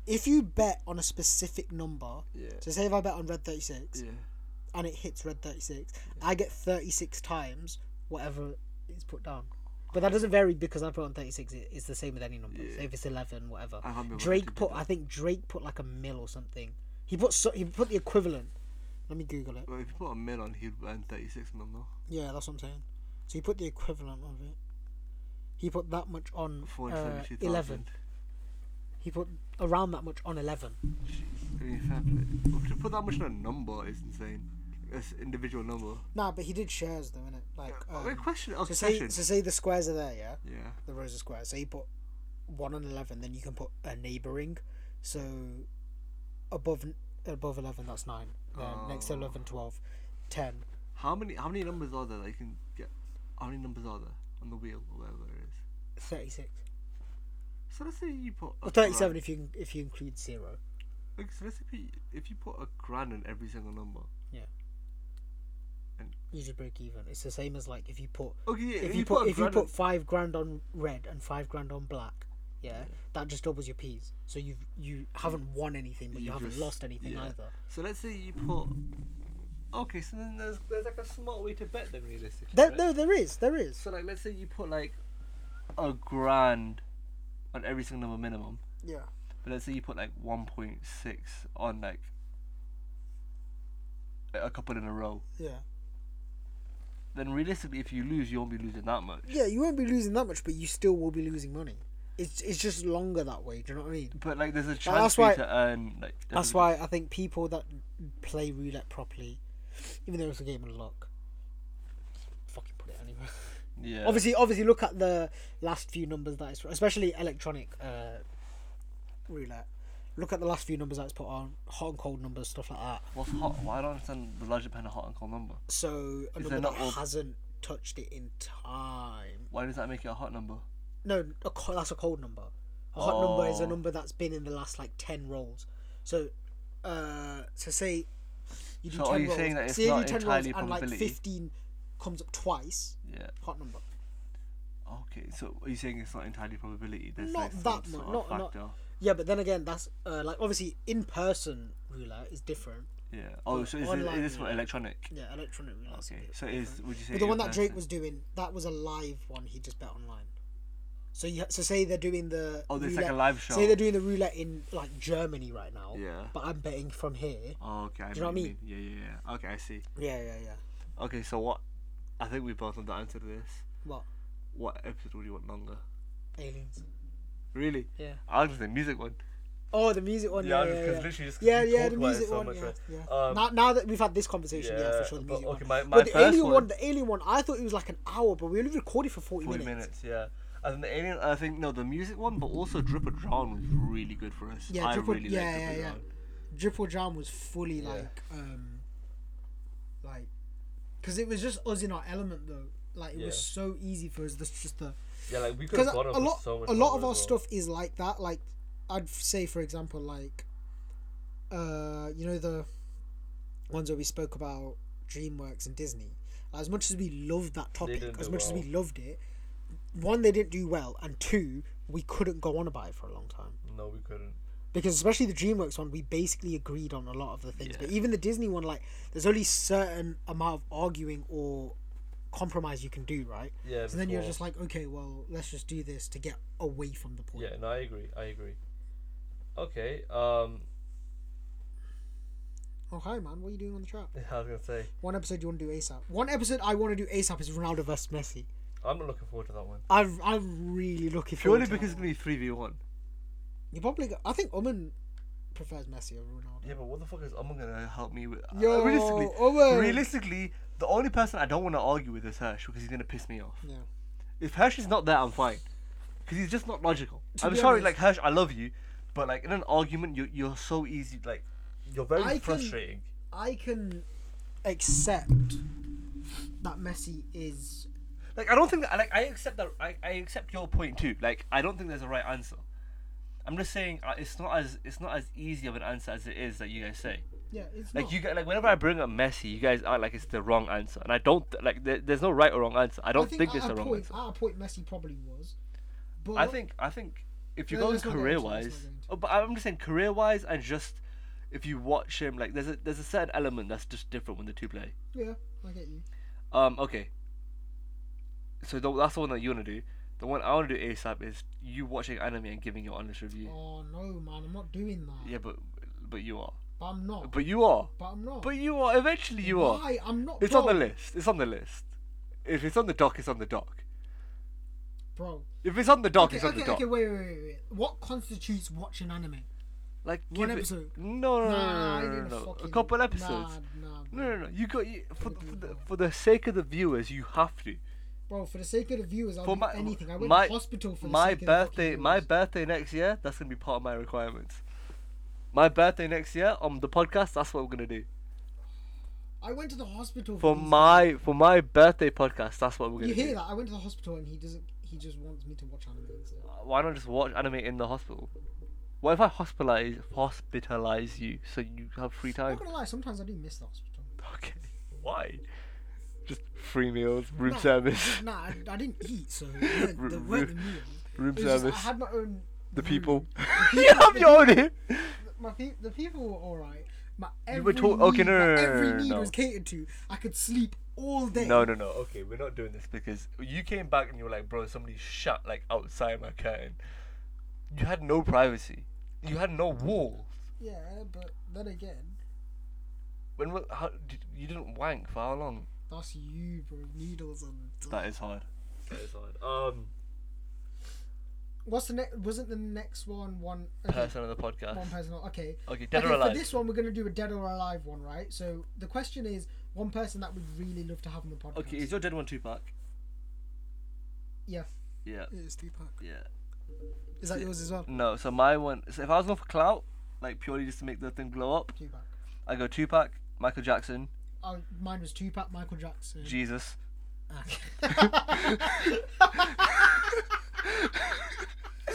A: if you bet on a specific number, so say if I bet on red 36
C: Yeah.
A: and it hits red 36, I get 36 times whatever is put down. But that doesn't vary because I put on 36, it- it's the same with any number. So if it's 11, whatever.
C: can't remember what I
A: Drake
C: did
A: put, I think Drake put like a mil or something. He put so, he put the equivalent. Let me Google it.
C: Well, if you put a mil on, he'd earn thirty six mil now.
A: Yeah, that's what I'm saying. So he put the equivalent of it. He put that much on
C: Four
A: uh,
C: hundred seventy two
A: 11.
C: thousand.
A: He put around that much on 11.
C: I mean, fair play. To put that much on a number is insane. It's individual number.
A: Nah, but he did shares though, innit? Like, um,
C: Wait, question. Oh,
A: so say
C: question.
A: so say the squares are there, yeah,
C: Yeah.
A: the rows are squares. So you put one and eleven, then you can put a neighboring. So above above eleven, that's nine. Then
C: Oh.
A: next to 11, 12, 10.
C: How many how many numbers are there that you can get? How many numbers are there on the wheel or whatever it is?
A: 36.
C: So let's say you put a
A: Or 37
C: Grand,
A: if you in- if you include zero.
C: like, so let's say if you, if you put a grand in every single number.
A: Yeah.
C: And-
A: You just break even. It's the same as like if you put
C: Okay, yeah,
A: if you, put,
C: a
A: if you
C: grand
A: put five grand on red and five grand on black, yeah, that just doubles your P's. So you you haven't won anything, but you,
C: You
A: haven't
C: just-
A: lost anything
C: yeah.
A: either.
C: So let's say you put. Okay, so then there's there's like a smart way to bet them realistically.
A: There,
C: right?
A: no, there is, there is.
C: So like, let's say you put like a grand on every single number minimum,
A: Yeah.
C: but let's say you put like one point six on like a couple in a row.
A: Yeah.
C: Then realistically, if you lose, you won't be losing that much.
A: Yeah, you won't be losing that much, but you still will be losing money. It's it's just longer that way. Do you know what I mean?
C: But like, there's a chance
A: that's
C: for you
A: why-
C: to earn like.
A: That's why I think people that play roulette properly, even though it's a game of luck, fucking put it anywhere. *laughs*
C: Yeah.
A: Obviously, obviously, look at the last few numbers that it's especially electronic uh, roulette. Look at the last few numbers that it's put on, hot and cold numbers, stuff like that.
C: What's hot? Why don't I understand the logic behind a hot and cold number?
A: So a
C: Is
A: number
C: there not
A: that
C: all-
A: hasn't touched it in time.
C: Why does that make it a hot number?
A: No, a co- that's a cold number. A hot number is a
C: Oh.
A: number that's been in the last like ten rolls. So, uh, so say you do
C: So are
A: ten
C: you
A: rolls.
C: saying that it's
A: say you
C: not
A: do ten rolls
C: entirely
A: and like
C: probability?
A: fifteen comes up twice.
C: Yeah.
A: Part number.
C: Okay, so are you saying it's not entirely probability? There's
A: Not
C: like some
A: that much.
C: sort of
A: Not, not.
C: factor.
A: Yeah, but then again, that's uh, like obviously in person ruler is different.
C: Yeah. Oh, so is it,
A: online,
C: it is for
A: yeah.
C: electronic?
A: Yeah, electronic ruler. is a
C: Okay.
A: bit
C: So it is.
A: different.
C: Would you say
A: But the
C: in
A: one that Drake
C: person?
A: was doing, that was a live one. He just bet online. So you, so say they're doing the
C: Oh, there's like a live show.
A: Say they're doing the roulette in like Germany right now.
C: Yeah.
A: But I'm betting from here.
C: Oh, okay. I
A: Do you know
C: mean,
A: what
C: mean. Yeah, yeah, yeah. Okay, I see.
A: Yeah, yeah, yeah.
C: Okay, so what? I think we both know the answer to this.
A: What
C: What episode would you want longer?
A: aliens?
C: Really?
A: Yeah.
C: I'll do the music one.
A: Oh, the music one. Yeah,
F: Yeah, I'm
A: yeah,
F: just- 'cause
A: yeah.
F: literally just 'cause
A: yeah,
F: we
A: yeah,
F: talked
A: the
F: about it
A: music
F: so
A: one.
F: much,
A: yeah,
F: right?
A: yeah.
F: Um,
A: now, now that we've had this conversation, yeah, for
F: yeah,
A: sure. The
F: but
A: music
F: okay,
A: one.
F: my- my
A: but the
F: first
A: alien
F: one-
A: one, the alien one, I thought it was like an hour, but we only recorded for forty,
C: 40
A: minutes.
C: minutes, yeah. And the alien, I think, no, the music one, but also Drip or Drown was really good for us.
A: Yeah,
C: I
A: Drip or-
C: really
A: yeah,
C: like Drip
A: yeah,
C: or
A: yeah.
C: Drown.
A: Drip or Jam was fully like, um, like, because it was just us in our element though. Like it was
F: Yeah.
A: so easy for us. That's just the
F: Yeah, like we could
A: because
F: have
A: a
F: gone on for
A: lot,
F: so much
A: a lot
F: longer
A: of our
F: as well.
A: stuff is like that. Like I'd say, for example, like, uh, you know the ones where we spoke about DreamWorks and Disney. As much as we loved that topic,
F: didn't
A: as
F: do
A: much as we
F: well.
A: loved it, one they didn't do well, and two we couldn't go on about it for a long time
F: No, we couldn't.
A: because especially the DreamWorks one, we basically agreed on a lot of the things. But even the Disney one, like, there's only certain amount of arguing or compromise you can do, right?
F: Yeah,
A: So then you're
F: before-
A: just like, okay, well, let's just do this to get away from the point.
F: Yeah, no, I agree. I agree. Okay. Um, *laughs*
A: Oh hi, man, what are you doing on the trap?
F: I was gonna say
A: One episode you want to do ASAP. One episode I want to do ASAP is Ronaldo versus Messi.
F: I'm not looking forward to that one.
A: I'm I'm really looking forward.
C: Purely
A: to
C: because
A: that
C: it's
A: one.
C: going to be 3v1.
A: you probably got, I think Oman prefers Messi over Ronaldo.
F: Yeah, but what the fuck is Omen gonna help me with? Uh,
A: Yo,
C: realistically,
A: Owen.
C: realistically, the only person I don't want to argue with is Hirsch because he's going to piss me off.
A: Yeah.
C: If Hirsch is not there, I'm fine. Because he's just not logical.
A: To
C: I'm
A: be
C: sorry,
A: honest-
C: like, Hirsch, I love you, but, like, in an argument, you, you're so easy, like,
F: You're very
A: I can-
F: frustrating.
A: I can accept that Messi is
C: Like I don't think that like I accept that I, I accept your point too. Like I don't think there's a right answer. I'm just saying uh, it's not as it's not as easy of an answer as it is that you guys say.
A: yeah, it's
C: Like
A: not.
C: you guys like whenever I bring up Messi, you guys are like it's the wrong answer, and I don't th- like there, there's no right or wrong answer. I don't think,
A: at
C: there's a
A: a
C: wrong
A: point,
C: answer.
A: At a point, Messi probably was. But
C: I think I think if you're
A: No,
C: going
A: let's not get into
C: career
A: it, let's not
C: wise,
A: get into
C: oh, but I'm just saying career wise and just if you watch him like there's a there's a certain element that's just different when the two play.
A: yeah, I get you.
C: Um, okay. So the, that's the one that you want to do. The one I want to do ASAP is you watching anime and giving your honest review.
A: Oh no, man, I'm not doing that.
C: Yeah, but but you are.
A: But I'm not. Oh. But,
C: But you are.
A: I'm not.
C: But you are. Eventually, you are.
A: Why? I'm not.
C: It's
A: bro,
C: on the list. It's on the list. If it's on the dock, it's on the dock.
A: bro.
C: If it's on the dock,
A: Okay,
C: it's on
A: okay,
C: the dock.
A: okay. Wait, wait, wait, wait. What constitutes watching anime?
C: Like
A: One
C: give it-
A: episode.
C: No, no,
A: Nah, I
C: no, no,
A: didn't
C: no, no, no. A
A: fucking-
C: couple episodes.
A: Nah, nah,
C: No, no, no. You got you, for, the- for the for the sake of the viewers, you have to.
A: bro. For the sake of the viewers, I'll
C: For
A: do
C: my
A: anything. I went
C: my
A: to hospital for the
C: my
A: sake of the fucking
C: birthday. My
A: viewers.
C: birthday next year. That's gonna be part of my requirements. My birthday next year on the podcast. That's what we're gonna do.
A: I went to the hospital
C: For
A: these
C: my for my birthday podcast. That's what we're
A: guys.
C: gonna
A: You hear
C: do.
A: that? I went to the hospital and he doesn't. He just wants me to watch anime instead.
C: Why not just watch anime in the hospital? What if I hospitalize hospitalize you so you have free
A: I'm
C: time?
A: not gonna lie. Sometimes I do miss the hospital.
C: *laughs* Okay. Why? Just free meals, room
A: Nah,
C: service,
A: Nah, I, I didn't eat,
C: *laughs*
A: so yeah,
C: R-
A: the,
C: r-
A: weren't the meal.
C: room
A: It was just,
C: service,
A: I had my own.
C: the
A: room. *laughs*
C: people. *laughs*
A: The
C: you
A: people-
C: have your own. here.
A: My pe- the people were all right. My every
C: were talk- okay,
A: need,
C: no,
A: my
C: no, no,
A: every
C: no,
A: need
C: no.
A: was catered to. I could sleep all day.
C: No, no, no. Okay, we're not doing this because you came back and you were like, bro, somebody shot like outside my curtain. You had no privacy. You had no walls.
A: Yeah, but then again,
C: When wa- how did, you didn't wank for how long?
A: that's you, bro. Needles and.
C: That is hard.
F: Um,
A: What's the next? Wasn't the next one one? okay,
C: Person of the podcast.
A: One person. Okay.
C: Okay, dead or
A: okay,
C: alive.
A: For this one, we're gonna do a dead or alive one, right? So the question is, one person that we'd really love to have on the podcast.
C: Okay, is your dead one Tupac?
A: yeah.
C: Yeah.
A: It's Tupac.
C: Yeah.
A: Is that yours as well?
C: No, so my one. So if I was going for clout, like purely just to make the thing blow up,
A: Tupac.
C: I go Tupac, Michael Jackson,
A: Oh, mine was Tupac, Michael Jackson.
C: Jesus. *laughs*
A: Ah. *laughs*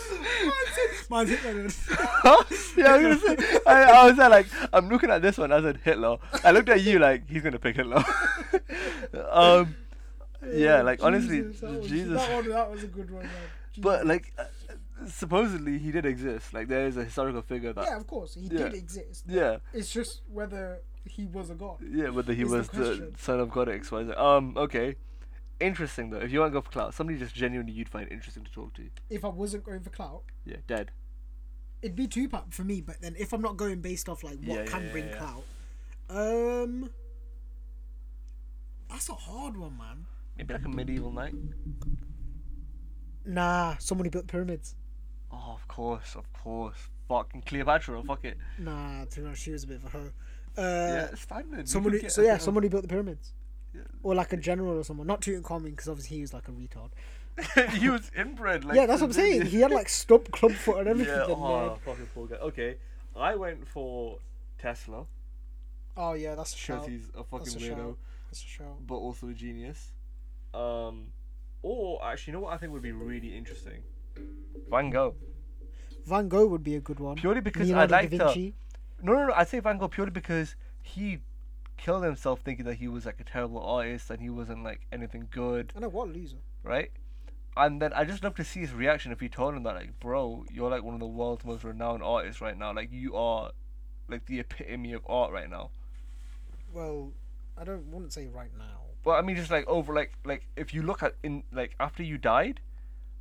A: Mine's Hitler.
C: yeah, I was gonna say. I, I was there like, I'm looking at this one. I said Hitler. I looked at you like he's gonna pick Hitler. *laughs* um, yeah, like honestly,
A: Jesus, that was,
C: Jesus.
A: That, one, that was a good one. man.
C: But like, uh, supposedly he did exist. Like there is a historical figure that.
A: yeah, of course, he
C: yeah.
A: did exist.
C: Yeah,
A: It's just whether he was a god.
C: yeah, whether he
A: Is the
C: was the,
A: question.
C: son of God X Y Z. Um, okay, interesting though. If you want to go for clout, somebody just genuinely you'd find interesting to talk to.
A: If I wasn't going for clout,
C: Yeah, dead.
A: it'd be Tupac for me. But then if I'm not going based off like what
C: Yeah,
A: can
C: yeah,
A: bring
C: yeah,
A: clout, um, that's a hard one, man.
C: Maybe like a medieval knight.
A: Nah, someone who built pyramids.
C: Oh, of course, of course. Fucking Cleopatra. Fuck it.
A: Nah, to be honest, she was a bit of a hoe. Uh,
C: yeah, standard. you
A: Someone
C: could
A: who,
C: get
A: so
C: a
A: yeah,
C: bit of-
A: someone who built the pyramids, or like a general or someone. Not Tutankhamun because obviously he was like a
C: *laughs*
A: retard.
C: he was inbred. Like
A: yeah, that's what I'm saying. *laughs* He had like stump club foot and everything.
C: *laughs* yeah,
A: Yeah,
C: oh, fucking poor guy. Okay, I went for Tesla
A: oh yeah, that's a
C: because
A: shout.
C: he's a
A: That's
C: fucking
A: a
C: weirdo,
A: shout. That's a shout.
C: but also a genius. Um, or actually, you know what I think would be really interesting? Van Gogh.
A: Van Gogh would be a good one.
C: Purely because
A: Leonardo
C: I uh, like
A: da
C: the.
A: Vinci.
C: No, no, no. I say Van Gogh purely because he killed himself thinking that he was like a terrible artist and he wasn't like anything good.
A: I know what a loser.
C: right? And then I just love to see his reaction if he told him that, like, bro, you're like one of the world's most renowned artists right now. Like, you are like the epitome of art right now.
A: Well, I don't wouldn't say right now.
C: But I mean, just like over, like, like if you look at in like after you died,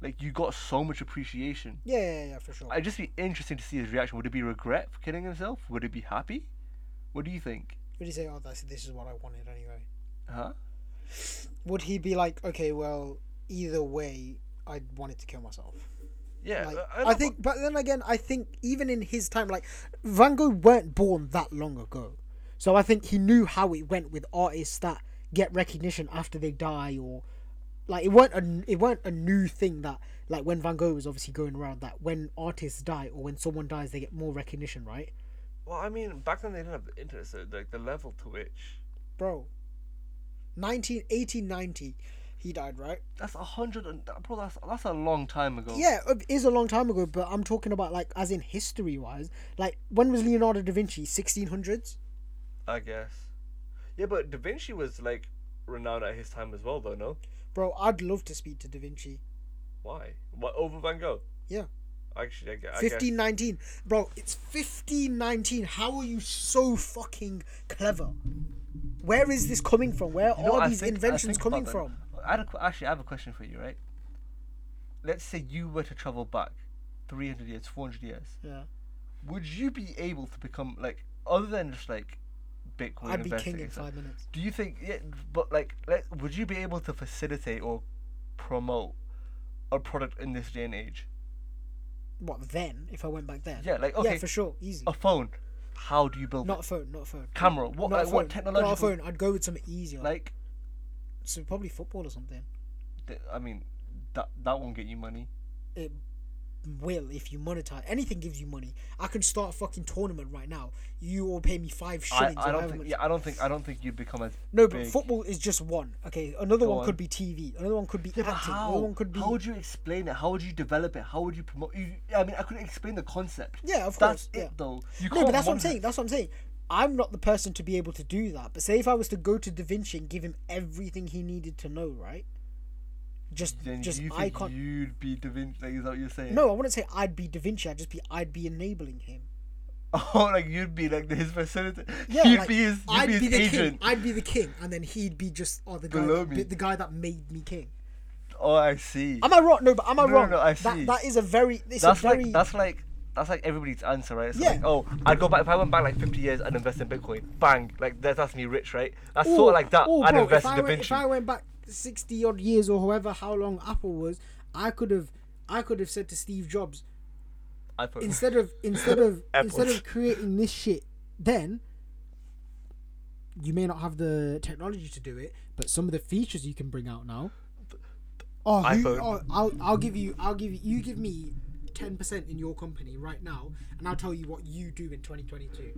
C: like you got so much appreciation.
A: Yeah, yeah, yeah, for sure.
C: I'd just be interesting to see his reaction. Would it be regret for killing himself? Would it be happy? What do you think?
A: Would he say, "Oh, that's, this is what I wanted anyway"?
C: Huh?
A: Would he be like, "Okay, well, either way, I wanted to kill myself"?
C: Yeah,
A: Like,
C: uh,
A: I think, but then again, I think even in his time, like Van Gogh weren't born that long ago, so I think he knew how it went with artists that get recognition after they die, or like it weren't a it weren't a new thing that like when Van Gogh was obviously going around that when artists die or when someone dies they get more recognition, right,
C: Well, I mean, back then they didn't have the internet, so like the level to which
A: bro? 19, 1890, he died, right?
C: that's a hundred and bro, that's that's a long time ago.
A: Yeah, it is a long time ago, but I'm talking about like as in history wise. Like when was Leonardo da Vinci? 1600s.
C: I guess. Yeah, but Da Vinci was like renowned at his time as well, though. No,
A: Bro, I'd love to speak to Da Vinci.
C: why? What over Van Gogh?
A: Yeah.
C: Actually, I, gue- I guess.
A: 1519. Bro, it's 1519. How are you so fucking clever? Where is this coming from? Where
C: You know what
A: are
C: I
A: these
C: think- I
A: inventions
C: think
A: coming
C: about
A: from?
C: that? I had a qu- actually, I have a question for you, right? Let's say you were to travel back 300 years, 400 years.
A: Yeah.
C: Would you be able to become like other than just like Bitcoin?
A: I'd be
C: investing
A: king in
C: and stuff,
A: five minutes.
C: Do you think? Yeah, but like, let, would you be able to facilitate or promote a product in this day and age?
A: What then? If I went back then?
C: Yeah, like, okay.
A: Yeah, for sure. Easy.
C: A phone. How do you build?
A: Not
C: it?
A: a phone, not a phone.
C: camera. What
A: not a
C: like, what
A: phone,
C: technological
A: Not a phone. I'd go with something easier. Like,
C: like?
A: so probably football or something.
C: th- I mean, that that won't get you money.
A: it will if you monetize anything gives you money i can start a fucking tournament right now you all pay me five
C: I,
A: shillings
C: I
A: or
C: don't
A: however
C: think.
A: much-
C: Yeah, I don't think. I don't think you'd become as
A: no but
C: big.
A: football is just one okay another
C: Go
A: one could
C: on.
A: be tv another one could be
C: Yeah, but
A: acting
C: how?
A: another one could be
C: How would you explain it? How would you develop it? How would you promote? You, I mean, I couldn't explain the concept.
A: yeah of
C: That's
A: course
C: it,
A: yeah.
C: though. You
A: no but
C: can't
A: that's what i'm
C: monetize-
A: saying that's what i'm saying i'm not the person to be able to do that but say if i was to go to da vinci and give him everything he needed to know right just
C: Then
A: just
C: you think
A: icon
C: you'd be Da Vinci? Like, is that what you're *laughs* saying?
A: no i wouldn't say i'd be da vinci i'd just be i'd be enabling him
C: Oh, like you'd be like his facility.
A: Yeah,
C: *laughs* you'd
A: like,
C: be his. You'd
A: I'd
C: be his
A: the king.
C: agent.
A: I'd be the king, and then he'd be just oh, the guy,
C: Below
A: that,
C: me.
A: the guy that made me king.
C: Oh, I see.
A: Am I wrong? No, but am I
C: No, no,
A: wrong?
C: no, I see.
A: That, that is a very. It's
C: that's
A: a very.
C: like that's like that's like everybody's answer, right? So
A: Yeah.
C: like, oh, I'd go back if I went back like fifty years and invest in Bitcoin. Bang, like that, that's me rich, right? That's
A: Ooh,
C: sort of like that.
A: ooh,
C: I'd
A: bro,
C: invest
A: if
C: in
A: I
C: Da
A: went,
C: Vinci.
A: If I went back sixty odd years or however how long Apple was, I could have, I could have said to Steve Jobs
C: iPhone.
A: instead of instead
C: *laughs*
A: of instead
C: Apples.
A: of creating this shit, then. You may not have the technology to do it, but some of the features you can bring out now. Oh, who,
C: iPhone.
A: oh I'll, I'll give you I'll give you you give me ten percent in your company right now, and I'll tell you what you do in twenty twenty two.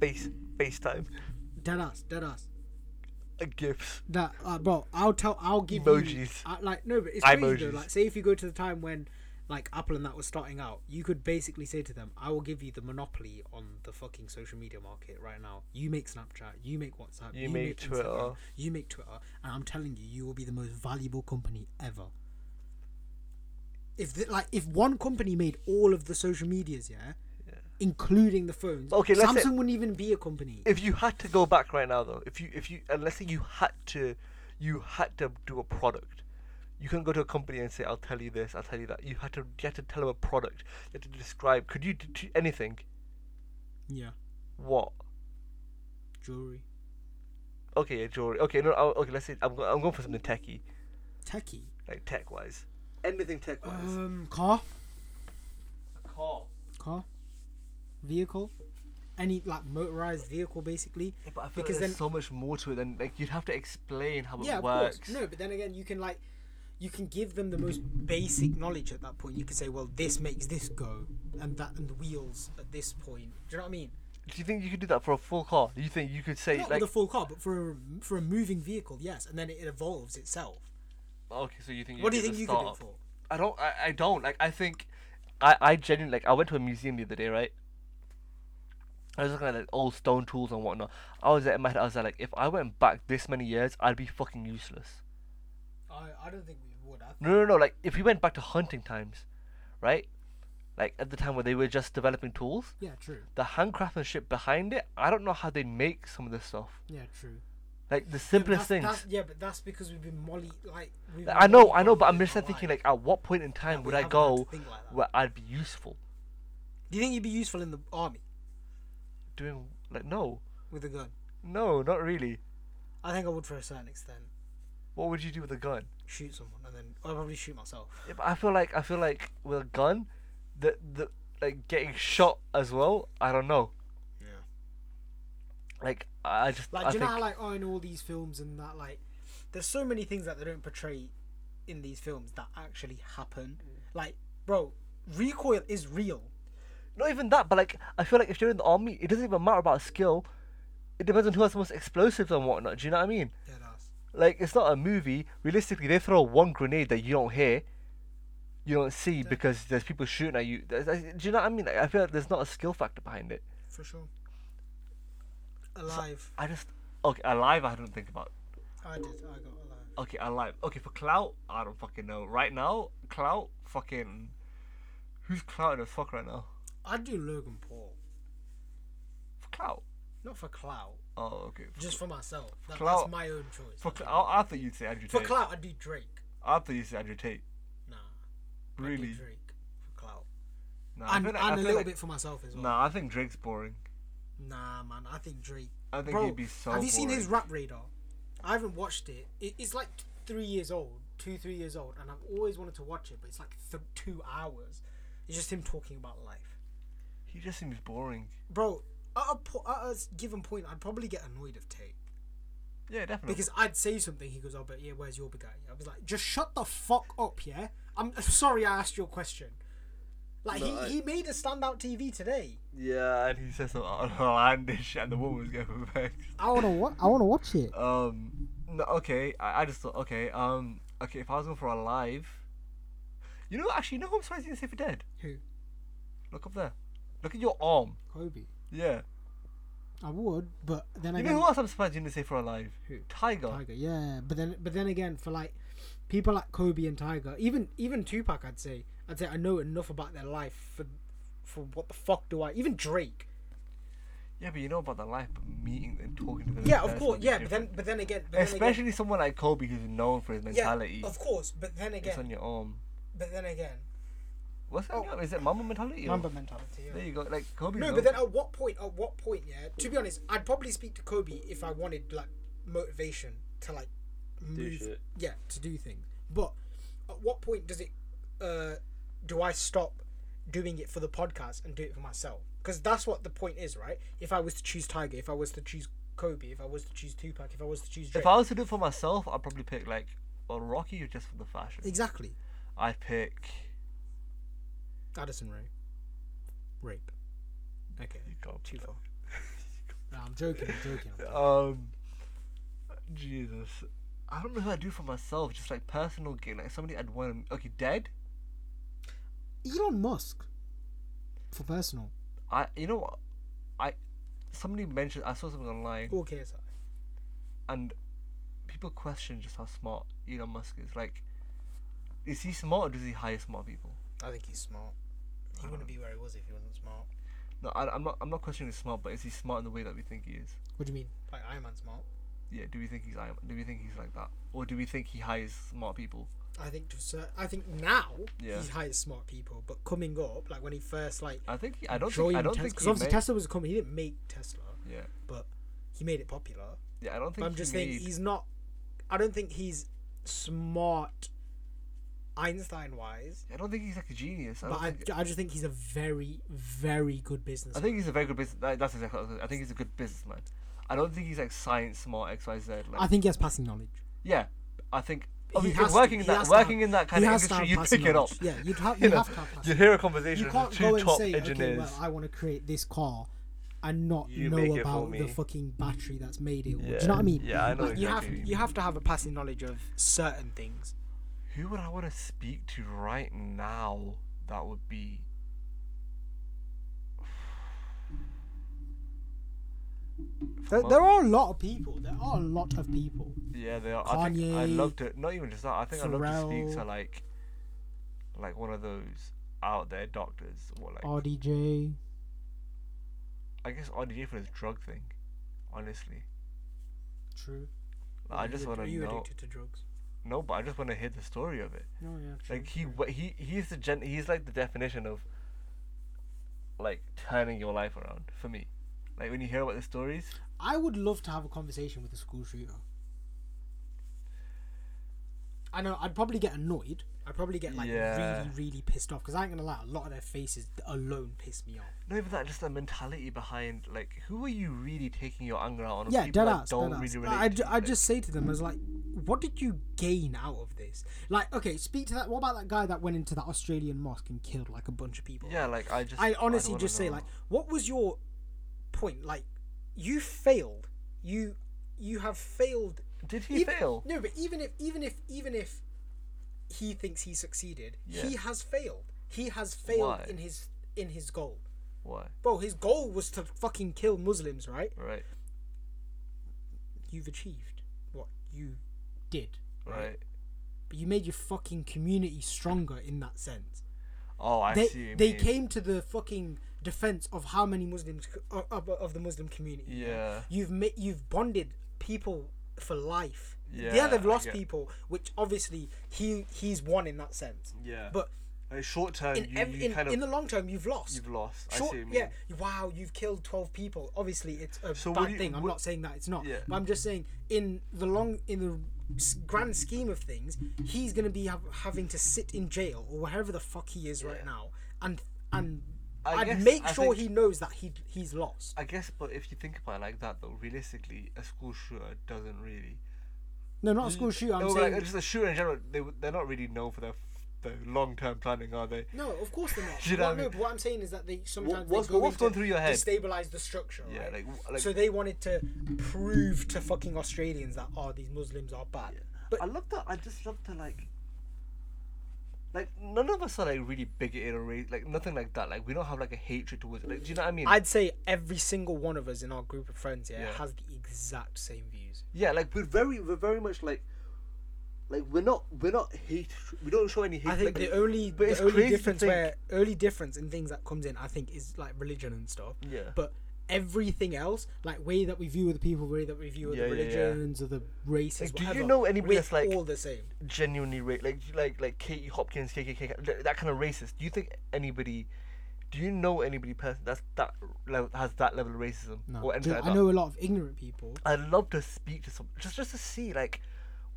C: Face FaceTime, *laughs*
A: Dead ass, dead ass.
C: uh, gifts.
A: That uh, bro, I'll tell I'll give you
C: Emojis.
A: I- like no, but it's crazy
C: Emojis.
A: though. Like say if you go to the time when like Apple and that was starting out, you could basically say to them, I will give you the monopoly on the fucking social media market right now. You make Snapchat, you make WhatsApp,
C: You make Twitter."
A: you make Twitter, and I'm telling you, you will be the most valuable company ever. If the, like if one company made all of the social medias, yeah, including the phones,
C: Okay, let's
A: Samsung
C: say-
A: wouldn't even be a company.
C: if you had to go back right now though if you if you and let's say you had to you had to do a product you can go to a company and say i'll tell you this i'll tell you that you had to you had to tell them a product you had to describe could you do do anything
A: yeah,
C: what
A: jewelry,
C: okay yeah, jewelry okay no I'll, okay let's say I'm, go- I'm going for something techie
A: techie,
C: like tech wise anything tech wise
A: um, car,
C: car
A: car, vehicle, any like motorized vehicle, basically.
C: but I feel
A: because
C: like there's
A: then-
C: so much more to it than like you'd have to explain how
A: yeah,
C: it
A: of
C: works
A: course. No, but then again, you can like, you can give them the most basic knowledge at that point. You can say, well, this makes this go, and that, and the wheels at this point. Do you know what I mean?
C: do you think you could do that for a full car do you think you could say
A: Not
C: like
A: with a full car, but for a, for a moving vehicle, yes. And then it evolves itself.
C: oh, Okay, so you think
A: What do
C: could
A: you think
C: a
A: you could do it
C: startup.
A: for?
C: I don't. I, I don't like. I think, I I genuinely like. I went to a museum the other day, right? I was looking at like old stone tools and whatnot. I was at my head. I was like, if I went back this many years, I'd be fucking useless.
A: I, I don't think we would. I think
C: No, no, no. Like if we went back to hunting times, right? Like at the time where they were just developing tools,
A: yeah, true.
C: the handcraftsmanship behind it. I don't know how they make some of this stuff.
A: Yeah, true.
C: Like the simplest
A: That's,
C: things.
A: that's, yeah, but that's because we've been molly like. We've
C: I know,
A: mollycoddled
C: I know, but I'm
A: all
C: just
A: our
C: thinking
A: lives.
C: like, at what point in time
A: we
C: would I
A: haven't had to
C: go
A: think like that.
C: where I'd be useful?
A: Do you think you'd be useful in the army
C: Doing like no,
A: with a gun?
C: no, not really.
A: I think I would for a certain extent.
C: What would you do with a gun?
A: Shoot someone, and then I'll probably shoot myself.
C: Yeah, but I feel like I feel like with a gun, the the like getting shot as well. I don't know.
A: Yeah.
C: Like I I just
A: Like,
C: I
A: do you
C: think
A: know how, like, oh, in all these films and that, like, there's so many things that they don't portray in these films that actually happen.
C: Mm.
A: Like, bro, recoil is real.
C: not even that, but like I feel like if you're in the army, it doesn't even matter about skill. It depends on who has the most explosives and whatnot. Do you know what I mean?
A: Yeah, that's.
C: Like it's not a movie. Realistically, they throw one grenade that you don't hear, you don't see because there's people shooting at you. That's- that's- Do you know what I mean? Like, I feel like there's not a skill factor behind it.
A: For sure. Alive.
C: I just okay alive. I don't think about.
A: I did. I got alive.
C: Okay, alive. Okay, for clout, I don't fucking know. Right now, clout, fucking, who's clouting as fuck right now?
A: I'd do Logan Paul.
C: For clout.
A: Not for clout.
C: Oh, okay. For,
A: Just for myself. That,
C: Clout-
A: That's my own choice.
C: for
A: That's
C: cl-
A: my-
C: I, I thought you'd say Andrew
A: for
C: Tate.
A: clout, I'd do Drake.
C: I thought you'd say Andrew Tate.
A: Nah. I'd do
C: Really?
A: Drake for clout.
C: Nah, I
A: And,
C: feel like- I
A: and a
C: feel
A: little
C: like-
A: bit for myself as well.
C: Nah, I think Drake's boring.
A: Nah, man, I think Drake.
C: I think
A: Bro,
C: he'd be so
A: Have you seen his
C: boring.
A: Rap Radar? I haven't watched it. it. It's like three years old, two, three years old, and I've always wanted to watch it, but it's like th- two hours. It's just him talking about life,
C: He just seems boring.
A: bro. At a, po- at a s- given point, I'd probably get annoyed of Tate
C: Yeah, definitely.
A: because I'd say something. He goes, "Oh, but yeah, where's your Bugatti?" I was like, "Just shut the fuck up, yeah." I'm *laughs* I'm sorry I asked your question. Like he, he made a standout TV today.
C: yeah, and he says some *laughs* outlandish shit, and the woman was getting vexed.
A: I wanna wa- I wanna watch it.
C: Um, no, okay. I, I just thought, okay, um, okay. If I was going for alive, you know, actually, you know, who I'm surprised you didn't say for dead.
A: Who?
C: Look up there. Look at your arm.
A: Kobe.
C: Yeah.
A: I would, but then
C: You
A: again,
C: know who else I'm surprised you didn't say for alive?
A: Who?
C: Tiger.
A: Tiger, yeah. But then, but then again, for like people like Kobe and Tiger, even even Tupac, I'd say, I'd say I know enough about their life for for what the fuck do I? Even Drake,
C: Yeah, but you know about the life, but meeting and talking to them. in
A: yeah, of
C: person
A: course,
C: is
A: yeah. But then,
C: different.
A: but then again, but
C: especially someone like Kobe who's known for his
A: then again,
C: mentality.
A: yeah, of course. But then
C: It's on
A: again,
C: your arm.
A: but then again,
C: What's that? Is it mama mentality? or-
A: number mentality.
C: There
A: Yeah.
C: you go. Like Kobe.
A: No,
C: knows-
A: but then at what point? At what point? Yeah. To be honest, I'd probably speak to Kobe if I wanted like motivation to like move.
C: shit.
A: Yeah, to do things. But at what point does it? Uh, do I stop doing it for the podcast and do it for myself? Because that's what the point is, right? If I was to choose Tiger, if I was to choose Kobe, if I was to choose Tupac, if I was to choose Drake,
C: if I was to do it for myself, I'd probably pick like or Rocky just for the fashion.
A: exactly.
C: I'd pick.
A: Addison Ray, rape. Okay,
C: go
A: too far. No, I'm joking. I'm joking.
C: *laughs* Um, Jesus, I don't know who I do for myself. Just like personal gain, like somebody I'd want. To, okay, dead.
A: Elon Musk for personal.
C: I you know what I somebody mentioned I saw something online
A: Or KSI.
C: and people question just how smart Elon Musk is. Like, is he smart or does he hire smart people?
A: I think he's smart. He wouldn't be where he was if he wasn't smart.
C: No, I, I'm not. I'm not questioning he's smart, but is he smart in the way that we think he is?
A: What do you mean? Like Iron Man smart?
C: Yeah. Do we think he's Iron- Do we think he's like that, or do we think he hires smart people?
A: I think to a cer I think now
C: Yeah.
A: he hires smart people, but coming up, like when he first like
C: I think. He, I don't. Think,
A: joined
C: I don't
A: Tesla,
C: think.
A: because
C: He
A: obviously
C: made,
A: Tesla was a company. He didn't make Tesla,
C: yeah.
A: but he made it popular.
C: Yeah. I don't think.
A: But I'm
C: he
A: just saying
C: made-
A: he's not. I don't think he's smart, Einstein wise.
C: I don't think he's like a genius. I,
A: But
C: don't
A: I,
C: think,
A: I just think he's a very, very good businessman.
C: I think he's a very good business. That, that's exactly. What I, was gonna- I think he's a good businessman. I don't think he's like science smart X Y Z. Like,
A: I think he has passing knowledge.
C: yeah. I think. I
A: He
C: mean,
A: has to-
C: working in
A: he
C: that
A: has to
C: working
A: have-
C: in that
A: he
C: kind of
A: has to
C: industry,
A: have
C: you
A: passing
C: pick it up.
A: knowledge.
C: *laughs*
A: Yeah, you'd have,
C: You
A: you
C: know,
A: have to have passing
C: you hear a
A: You
C: conversation between
A: can't
C: two
A: go and
C: top
A: say, okay,
C: engineers.
A: well, I want to create this car and not
C: You make
A: know
C: it for
A: about the
C: me.
A: fucking battery that's made it. or- Do
C: Yeah.
A: you know what I mean?
C: Yeah, I know
A: Like, you have
C: exactly what you
A: you have to have a passing knowledge of certain things.
C: Who would I want to speak to right now? That would be.
A: There, there are a lot of people. There are a lot of people.
C: Yeah, they are. I think I
A: Kanye,
C: love to. Not even just that. I think I love to speak to
A: Pharrell.
C: like, like one of those out there doctors or like.
A: RDJ.
C: I guess RDJ for his drug thing. Honestly,
A: True.
C: Like, I just want
A: Are
C: to
A: you
C: know.
A: addicted to drugs?
C: No, but I just want to hear the story of it.
A: No, yeah. True.
C: Like he, wa- he, he's the gen. He's like the definition of. Like turning your life around for me, like when you hear about the stories.
A: I would love to have a conversation with a school shooter. I know I'd probably get annoyed. I'd probably get like
C: Yeah.
A: really, really pissed off because I ain't gonna lie. A lot of their faces alone piss me off.
C: Not even that, just the mentality behind like who are you really taking your anger out on?
A: yeah,
C: people
A: dead
C: that
A: ass.
C: don't
A: dead
C: really
A: ass.
C: relate.
A: I,
C: to
A: ju-
C: you,
A: I
C: like-
A: just say to them, I was like, what did you gain out of this? Like, okay, speak to that. What about that guy that went into that Australian mosque and killed like a bunch of people?
C: yeah, like I just
A: I
C: don't
A: honestly
C: wanna
A: just say
C: know.
A: like, what was your point? Like, you failed. You you have failed.
C: did he
A: even,
C: fail?
A: No, but even if even if even if he thinks he succeeded, he
C: Yeah.
A: has failed. He has failed
C: Why?
A: in his in his goal.
C: Why?
A: Bro, his goal was to fucking kill Muslims, right?
C: Right,
A: You've achieved what you did.
C: right.
A: But you made your fucking community stronger in that sense.
C: Oh, I
A: they
C: see. what you
A: they
C: mean.
A: came to the fucking defense of how many Muslims c- of, of, of the Muslim community. you know?
C: Yeah.
A: You've ma- you've bonded people for life. Yeah,
C: Yeah,
A: they've
C: I
A: lost
C: get-
A: people, which obviously he he's won in that sense.
C: Yeah.
A: But
C: Like, short term,
A: in
C: you,
A: ev-
C: you
A: in,
C: kind of
A: in the long term, you've lost.
C: you've lost. I
A: Short,
C: see. What you
A: yeah.
C: mean.
A: Wow, you've killed twelve people. Obviously, it's a
C: So what
A: bad
C: do you-
A: thing. I'm
C: what-
A: not saying that it's not.
C: Yeah.
A: But I'm just saying, in the long, in the s- grand scheme of things, he's going to be ha- having to sit in jail or wherever the fuck he is right now, and and
C: I
A: I'd
C: guess-
A: make
C: I
A: sure he
C: think-
A: knows that he he's lost.
C: I guess, but if you think about it like that, though, realistically, a school shooter doesn't really.
A: No, not a school shooter. I'm
C: no, but,
A: saying
C: like, just a shooter in general. They w- they're not really known for their f- their long term planning, are they?
A: no, of course they're not.
C: *laughs* Do you know
A: Well,
C: what I
A: no,
C: mean?
A: but what I'm saying is that they sometimes
C: what's-
A: they go
C: what's
A: into
C: going through your head?
A: destabilize the structure.
C: Yeah,
A: right?
C: like w- like.
A: so they wanted to prove to fucking Australians that oh these Muslims are bad. But
C: I love that. I just love to like. Like none of us are like really bigoted or ra- like nothing like that. Like we don't have like a hatred towards. Like do you know what I mean?
A: I'd say every single one of us in our group of friends, yeah,
C: Yeah.
A: has the exact same views.
C: yeah, like we're very we're very much like. Like we're not we're not hate. We don't show any hate.
A: I think
C: like,
A: the only
C: but
A: the
C: it's
A: only
C: crazy to
A: difference
C: think-
A: where only difference in things that comes in, I think, is like religion and stuff.
C: Yeah.
A: But everything else, like way that we view other people, way that we view other
C: Yeah, yeah, yeah.
A: religions or the races,
C: Like, do you
A: whatever,
C: know anybody
A: we're
C: that's, like-
A: all the same?
C: genuinely ra- like like like Katie Hopkins, KKK, th- that kind of racist. Do you think anybody? Do you know anybody person that's that level has that level of racism
A: No.
C: or anything
A: Dude,
C: like
A: I
C: that?
A: know a lot of ignorant people.
C: I'd love to speak to some just just to see like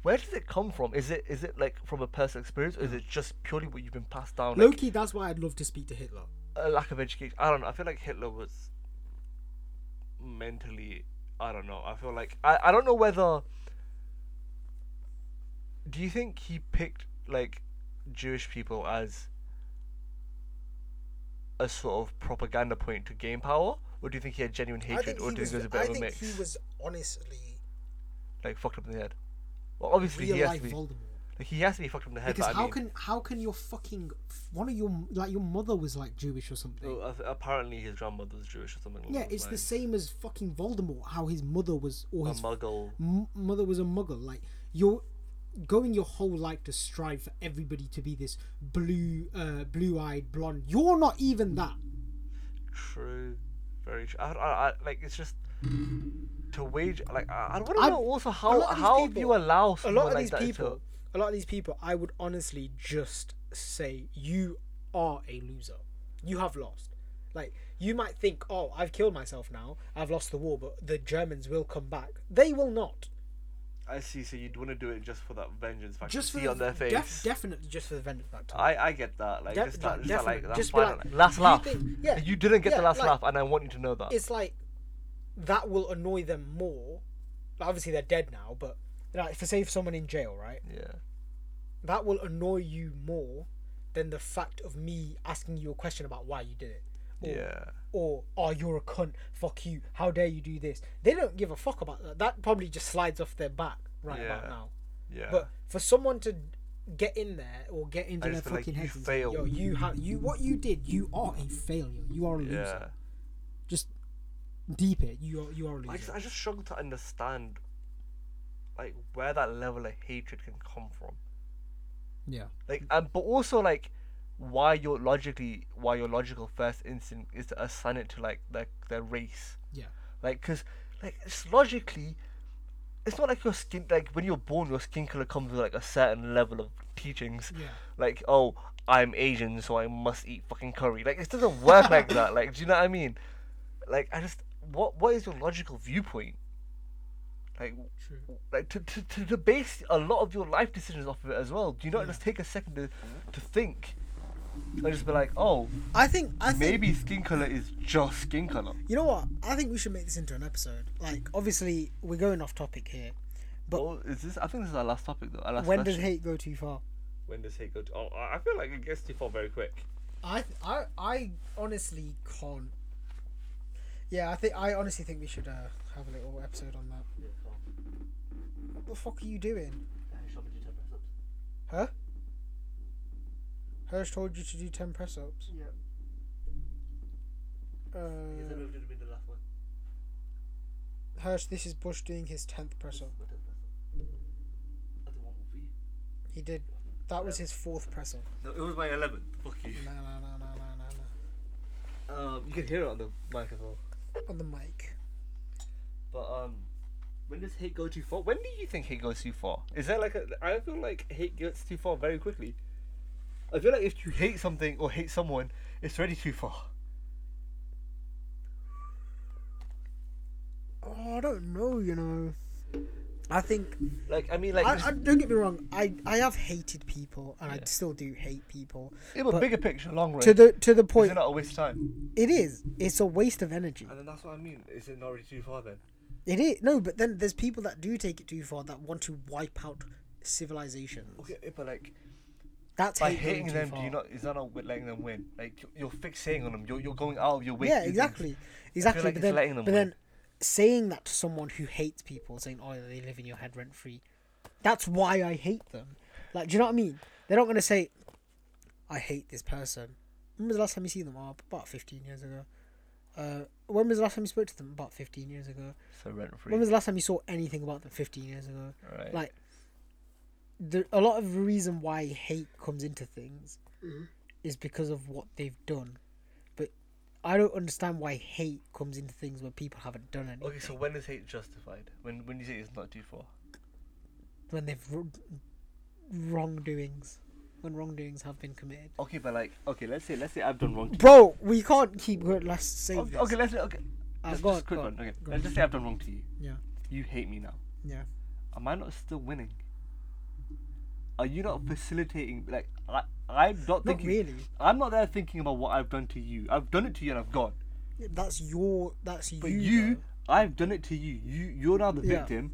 C: where does it come from? Is it is it like from a personal experience or is it just purely what you've been passed down?
A: Low
C: Like,
A: key, that's why I'd love to speak to Hitler.
C: a lack of education. I don't know. I feel like Hitler was mentally. I don't know. I feel like I, I don't know whether. Do you think he picked like Jewish people as a sort of propaganda point to gain power, or do you think he had genuine hatred, or do you think it was a bit
A: I
C: of a
A: think
C: mix,
A: he was honestly
C: like fucked up in the head? Well, obviously
A: real
C: he has
A: life
C: to be.
A: Voldemort.
C: Like he has to be fucked up in the head.
A: Because
C: but I
A: how
C: mean,
A: can how can your fucking one of your like your mother was like Jewish or something?
C: well, a- apparently his grandmother's Jewish or something. along
A: yeah,
C: those
A: it's the
C: lines.
A: same as fucking Voldemort. How his mother was or
C: A
A: his
C: muggle.
A: m- mother was a muggle. Like you're going your whole life to strive for everybody to be this blue, uh, blue-eyed blonde. You're not even that.
C: True, very true. I, I, I, like it's
A: *laughs*
C: just to wage like I, I don't
A: I'm-
C: know also
A: a
C: how
A: lot of these
C: how do
A: people-
C: you allow
A: a
C: someone
A: lot of
C: like
A: these
C: that
A: people a lot of these people i would honestly just say you are a loser you have lost like you might think oh i've killed myself now i've lost the war but the germans will come back they will not
C: to? I see. So you'd want to do it just for that vengeance factor.
A: just for
C: see
A: the,
C: on their
A: def-
C: face. Uh,
A: definitely just for the vengeance factor
C: I, I get that. Like
A: Def-
C: just
A: like,
C: that, just that, like
A: definitely.
C: that
A: Just be
C: final,
A: like,
C: like, last
A: you
C: laugh.
A: think- yeah,
C: you didn't get
A: yeah,
C: the last
A: like-
C: laugh, and I want you to know that.
A: it's like that will annoy them more Like, obviously they're dead now but like for say if someone in jail right
C: yeah.
A: that will annoy you more than the fact of me asking you a question about why you did it or
C: Yeah.
A: or oh you're a cunt fuck you how dare you do this they don't give a fuck about that that probably just slides off their back right about
C: Yeah.
A: now
C: Yeah.
A: but for someone to get in there or get into
C: I
A: their
C: just feel like
A: fucking
C: you
A: heads and say,
C: failed.
A: yo you ha- you what you did you are a failure you are a loser
C: yeah.
A: just deep it you are you are a
C: I
A: loser
C: just I just struggle to understand like where that level of hatred can come from.
A: yeah
C: Like and but also like why your logically why your logical first instinct is to assign it to like their their race.
A: yeah
C: Like, cause, like, it's logically, it's not like your skin. Like when you're born, your skin color comes with like a certain level of teachings.
A: Yeah.
C: Like, oh, I'm Asian, so I must eat fucking curry. Like, it doesn't work like that. Like, do you know what I mean? Like, I just, what, what is your logical viewpoint? Like,
A: true
C: like to, to, to, to base a lot of your life decisions off of it as well. Do you not just take a second to, to think? And just be like, oh,
A: i think i think
C: maybe skin color is just skin color.
A: you know what i think we should make this into an episode like obviously we're going off topic here But-
C: oh, is this? I think this is our last topic though. Our last
A: when does
C: question.
A: hate go too far
C: When does hate go? To, oh, I I feel like it gets too far very quick.
A: I th- I I honestly can't. Yeah, I think I honestly think we should uh, have a little episode on that. What the fuck are you doing? Huh? Hirsch told you to do ten press ups.
C: Yeah.
A: Uh, Hirsch, this is Bush doing his tenth press up. He did. That was his fourth press up.
G: No, it was my 11th. Fuck you.
A: Nah, nah, nah, nah, nah, nah, nah.
C: Um, you can hear it on the mic as well.
A: On the mic.
C: But um, when does hate go too far? When do you think hate goes too far? Is there like a? I feel like hate gets too far very quickly. I feel like if you hate something or hate someone, it's already too far.
A: Oh, I don't know. You know. I think
C: Like I mean, like
A: I,
C: just-
A: I, don't get me wrong. I, I have hated people, and I
C: Yeah.
A: still do hate people.
C: yeah, but
A: but-
C: bigger picture, long run.
A: To the to the
C: is
A: point,
C: it not a waste of time?
A: it is. It's a waste of energy.
G: And then that's what I mean. Is it not really too far then?
A: It is no, but then there's people that do take it too far that want to wipe out civilization.
C: Okay, yeah, but like
A: That's
C: by
A: hate going
C: hating
A: too
C: them,
A: far.
C: do you not? Is that not with letting them win? Like you- you're fixating on them. You're, you're going out of your way.
A: Yeah,
C: to do
A: exactly,
C: things.
A: exactly.
C: like
A: but
C: it's
A: then,
C: letting them
A: but
C: win.
A: then saying that to someone who hates people, saying, "Oh, they live in your head rent free," that's why I hate them. Like, do you know what I mean? They're not gonna say, "I hate this person." When was the last time you seen them? Oh, about fifteen years ago. Uh, when was the last time you spoke to them? About fifteen years ago.
C: So rent free.
A: When was the last time you saw anything about them? Fifteen years ago.
C: Right.
A: Like, the a lot of the reason why hate comes into things
C: Mm-hmm.
A: is because of what they've done. But I don't understand why hate comes into things where people haven't done anything
C: okay, so when is hate justified? When when you say it's not too far?
A: when they've wr- wrongdoings, when wrongdoings have been committed.
C: Okay, but like okay, let's say let's say I've done wrong. To
A: Bro, we can't keep going. Let's save
C: you. Okay,
A: this.
C: okay, let's okay.
A: Ah,
C: Just,
A: go
C: just
A: on,
C: quick
A: go on,
C: one. Okay,
A: go
C: let's
A: on.
C: just say I've done wrong to you.
A: Yeah,
C: You hate me now.
A: yeah.
C: Am I not still winning? Are you not facilitating? Like I, I'm not thinking.
A: really.
C: I'm not there thinking about what I've done to you. I've done it to you and I've gone.
A: That's your. That's
C: But
A: you.
C: you,
A: though.
C: I've done it to you. You, you're now the
A: Yeah.
C: victim.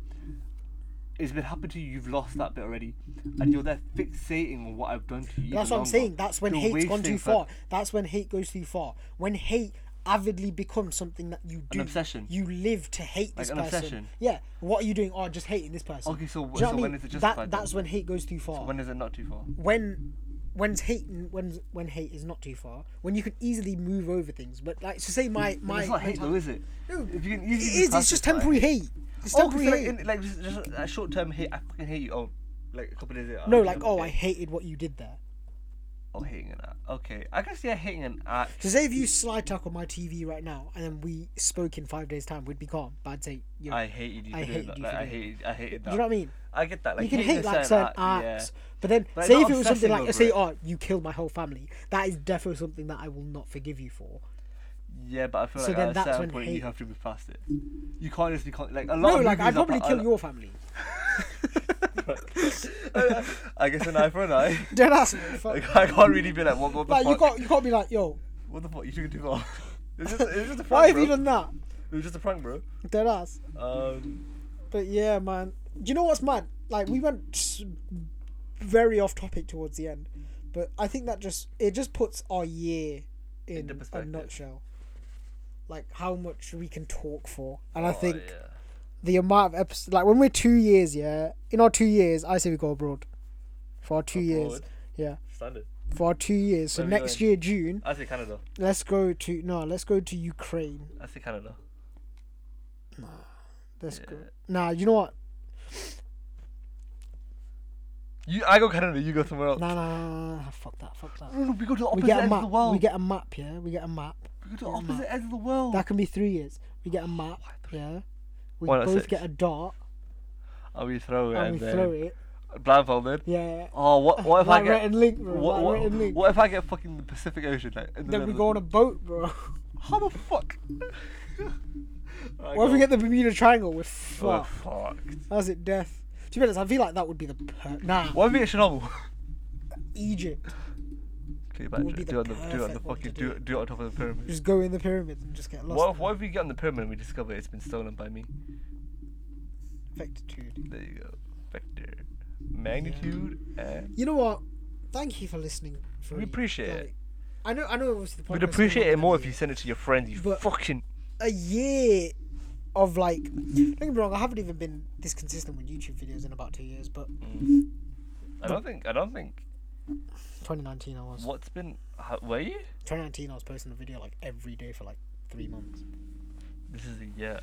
C: It's been happened to you. You've lost that bit already, and you're there fixating on what I've done to you.
A: That's
C: even
A: what I'm
C: longer.
A: saying. That's when
C: You're
A: hate's gone
C: wasting
A: too
C: fur-
A: far. That's when hate goes too far. When hate avidly become something that you do.
C: obsession.
A: You live to hate
C: Like
A: this
C: an
A: person.
C: obsession.
A: Yeah. What are you doing? Oh, just hating this person.
C: Okay, so
A: Do you
C: wh-
A: know
C: so
A: what I
C: when
A: mean?
C: is it
A: That,
C: justified then?
A: that's when hate goes too far.
C: When is it not too far?
A: when when's hate and when's when hate is not too far when you can easily move over things but like so say my my
C: it's not hate
A: my-
C: though, is it?
A: No,
C: If you can
A: it
C: easily
A: is it's just
C: classify it.
A: temporary hate it's
C: Oh, 'cause
A: temporary
C: like,
A: hate
C: in, like just, just a short term hate. I fucking hate you. Oh, like a couple days later.
A: no
C: okay,
A: like oh i
C: okay.
A: hated what you did there
C: Oh, hating an act. Okay, I guess yeah, hating an act.
A: so say if you slide talk on my tv right now and then we spoke in five days time we'd be calm but i'd say you know,
C: I hated you
A: I
C: for doing
A: hated
C: that.
A: you
C: Like,
A: for
C: I
A: doing
C: hated. I hated
A: do
C: that.
A: you know what i mean
C: I get that. Like
A: you can
C: hating
A: hate
C: a
A: like
C: certain
A: certain
C: act,
A: acts,
C: Yeah.
A: but then
C: Like,
A: say
C: not
A: if it was something
C: obsessing
A: like
C: over
A: say,
C: it.
A: oh, you killed my whole family. That is definitely something that I will not forgive you for.
C: Yeah, but I feel
A: So
C: like
A: then
C: at a
A: that's
C: certain
A: when
C: point
A: hate-
C: you have to be past it. You can't just be con- like a lot.
A: No,
C: of
A: like I'd
C: movies uh, are
A: probably
C: pa-
A: kill
C: a-
A: your family.
C: *laughs* I guess an eye for an eye. *laughs*
A: Dead ass. fuck.
C: Like, I can't really be like what, what the
A: Like
C: fuck.
A: you got you can't be like, yo,
C: What the fuck? You took it too far. *laughs* It's just, it's just a prank,
A: why have
C: bro.
A: you done that?
C: It was just a prank, bro.
A: Dead ass.
C: Um,
A: But yeah, man. Do you know what's mad? Like we went s- very off topic towards the end, but I think that just it just puts our year in
C: Into
A: a
C: perspective.
A: nutshell. Like how much we can talk for, and I
C: oh,
A: think
C: yeah.
A: the amount of episodes, like when we're two years, yeah, in our two years, I say we go abroad for our two years,
C: Abroad?
A: yeah,
C: standard.
A: for our two years. So
C: Where we
A: next
C: going?
A: year June,
C: I say Canada.
A: let's go to no, let's go to Ukraine.
C: I say Canada.
A: Let's go. Nah, you know what?
C: You, I go Canada. You go somewhere else.
A: Nah, nah, nah, nah, nah, fuck that, fuck that.
C: No, no, we go to the
A: We
C: opposite
A: get a
C: ends of
A: map.
C: the world.
A: We get a map. Yeah, we get a map.
C: We go to the opposite ends of the world.
A: That can be three years. We
C: Oh,
A: get a map. Yeah. We
C: Why not
A: both
C: six?
A: get a dart
C: And Oh, we throw it.
A: and Oh, we throw it.
C: Blindfolded.
A: Yeah.
C: Oh, what? What if
A: Like
C: I get?
A: Rhett and Link, bro.
C: What,
A: Like
C: what,
A: Rhett and Link.
C: what if I get fucking the Pacific Ocean? Like, in the
A: Then we
C: middle
A: go
C: of
A: on a boat, bro.
C: the- How the *laughs* fuck?
A: What if we get the Bermuda Triangle? We're fucked.
C: Oh, fuck?
A: That's it, death. To be honest, I feel like that would be the per- nah
C: What if we get Chernobyl? *laughs*
A: Egypt.
C: Can you
A: would
C: imagine?
A: be the
C: Do it on the, do
A: perfect
C: it on the
A: one to do.
C: fucking, do it, do it on top of the pyramid.
A: Just go in the pyramids and just get lost.
C: What if, what if we get on the pyramid and we discover it's been stolen by me?
A: Affected, dude.
C: There you go. Vector. Magnitude and
A: You know what? Thank you for listening. For
C: We appreciate it.
A: I know. I know. Obviously, the podcast
C: We'd
A: is
C: appreciate
A: gonna
C: it more
A: be
C: if you sent it to your friends, you
A: But-
C: fucking
A: a year of like. Don't get me wrong. I haven't even been this consistent with YouTube videos in about two years, but
C: I don't think I don't think
A: 2019 I was.
C: what's been how, were you?
A: 2019 I was posting a video like every day for like three months.
C: This is a year.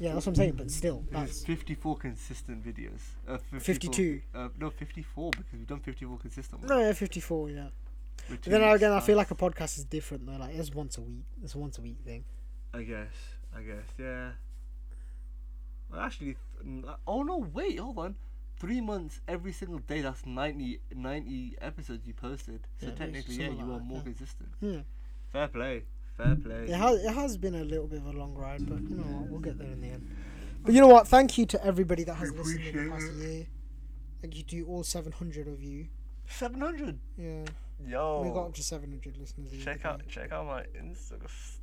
A: Yeah, that's what I'm saying. But still,
C: There's
A: that's
C: 54 consistent videos. Uh, 54,
A: 52.
C: Uh, no, 54 because we've done 54 consistent ones.
A: no, yeah, 54. Yeah.
C: We're two
A: But then
C: weeks
A: again, I
C: out.
A: feel like a podcast is different though. Like it's once a week. It's a once a week thing.
C: I guess. I guess. Yeah. Well, actually, th- n- oh no! Wait, hold on. Three months every single day. That's 90, 90 episodes you posted. So
A: Yeah,
C: technically, yeah,
A: something
C: you
A: like
C: are
A: that,
C: more
A: yeah.
C: consistent.
A: Yeah.
C: Fair play. Fair play.
A: It has, it has been a little bit of a long ride, but you know what, we'll get there in the end. But you know what? Thank you to everybody that has listened in the past year. Thank you to all 700 of you.
C: Seven hundred.
A: Yeah,
C: Yo.
A: we got up to 700 listeners. the
C: Oh. check
A: other *laughs*
C: out
A: day.
C: check out my Insta stuff.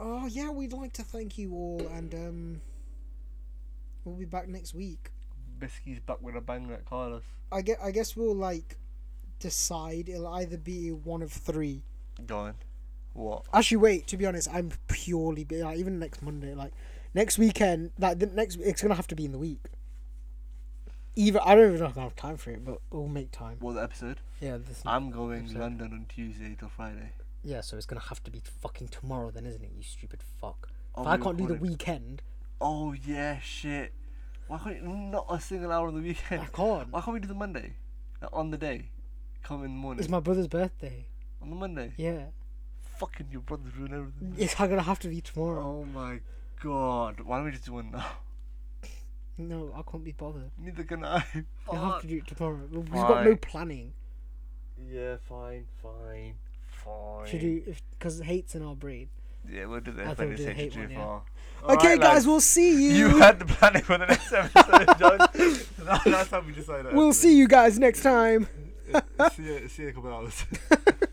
A: Oh yeah, we'd like to thank you all, and um, we'll be back next week.
C: Biscuit's back with a bang like Carlos.
A: I get. I guess we'll like decide. It'll either be one of three.
C: Go on. What?
A: Actually, wait. To be honest, I'm purely be- like, even next Monday, like next weekend, like the next, it's gonna have to be in the week. Either I don't even know if I have time for it, but we'll make time.
C: What episode?
A: Yeah, this.
C: I'm going London on Tuesday till Friday.
A: yeah, so it's gonna have to be fucking tomorrow, then, isn't it? You stupid fuck.
C: Oh,
A: if I
C: we
A: can't do the
C: recorded-
A: weekend,
C: Oh yeah, shit. Why can't you, not a single hour on the weekend?
A: I can't.
C: Why can't we do the Monday? Like, on the day, come in the morning.
A: it's my brother's birthday.
C: On the Monday.
A: Yeah,
C: Fucking your brother's ruin everything.
A: it's gonna have to be tomorrow.
C: Oh my god. Why don't we just do one now? *laughs*
A: No, I can't be bothered.
C: Neither can I.
A: We have
C: Fuck.
A: to do it tomorrow. We've got no
C: Right.
A: planning
C: *laughs* Yeah, fine, fine, fine.
A: to do if because hate's in our brain.
C: Yeah, we'll do
A: I
C: that.
A: thought
C: But
A: we'd
C: it's
A: do the
C: taking
A: hate
C: too
A: one, yeah.
C: far.
A: okay,
C: Alright,
A: guys,
C: lads.
A: we'll see you.
C: You had the planning for the next *laughs* episode, John.
A: *laughs*
C: That- That's how we decided. *laughs*
A: we'll see you guys next time.
C: See you, see you in a couple hours.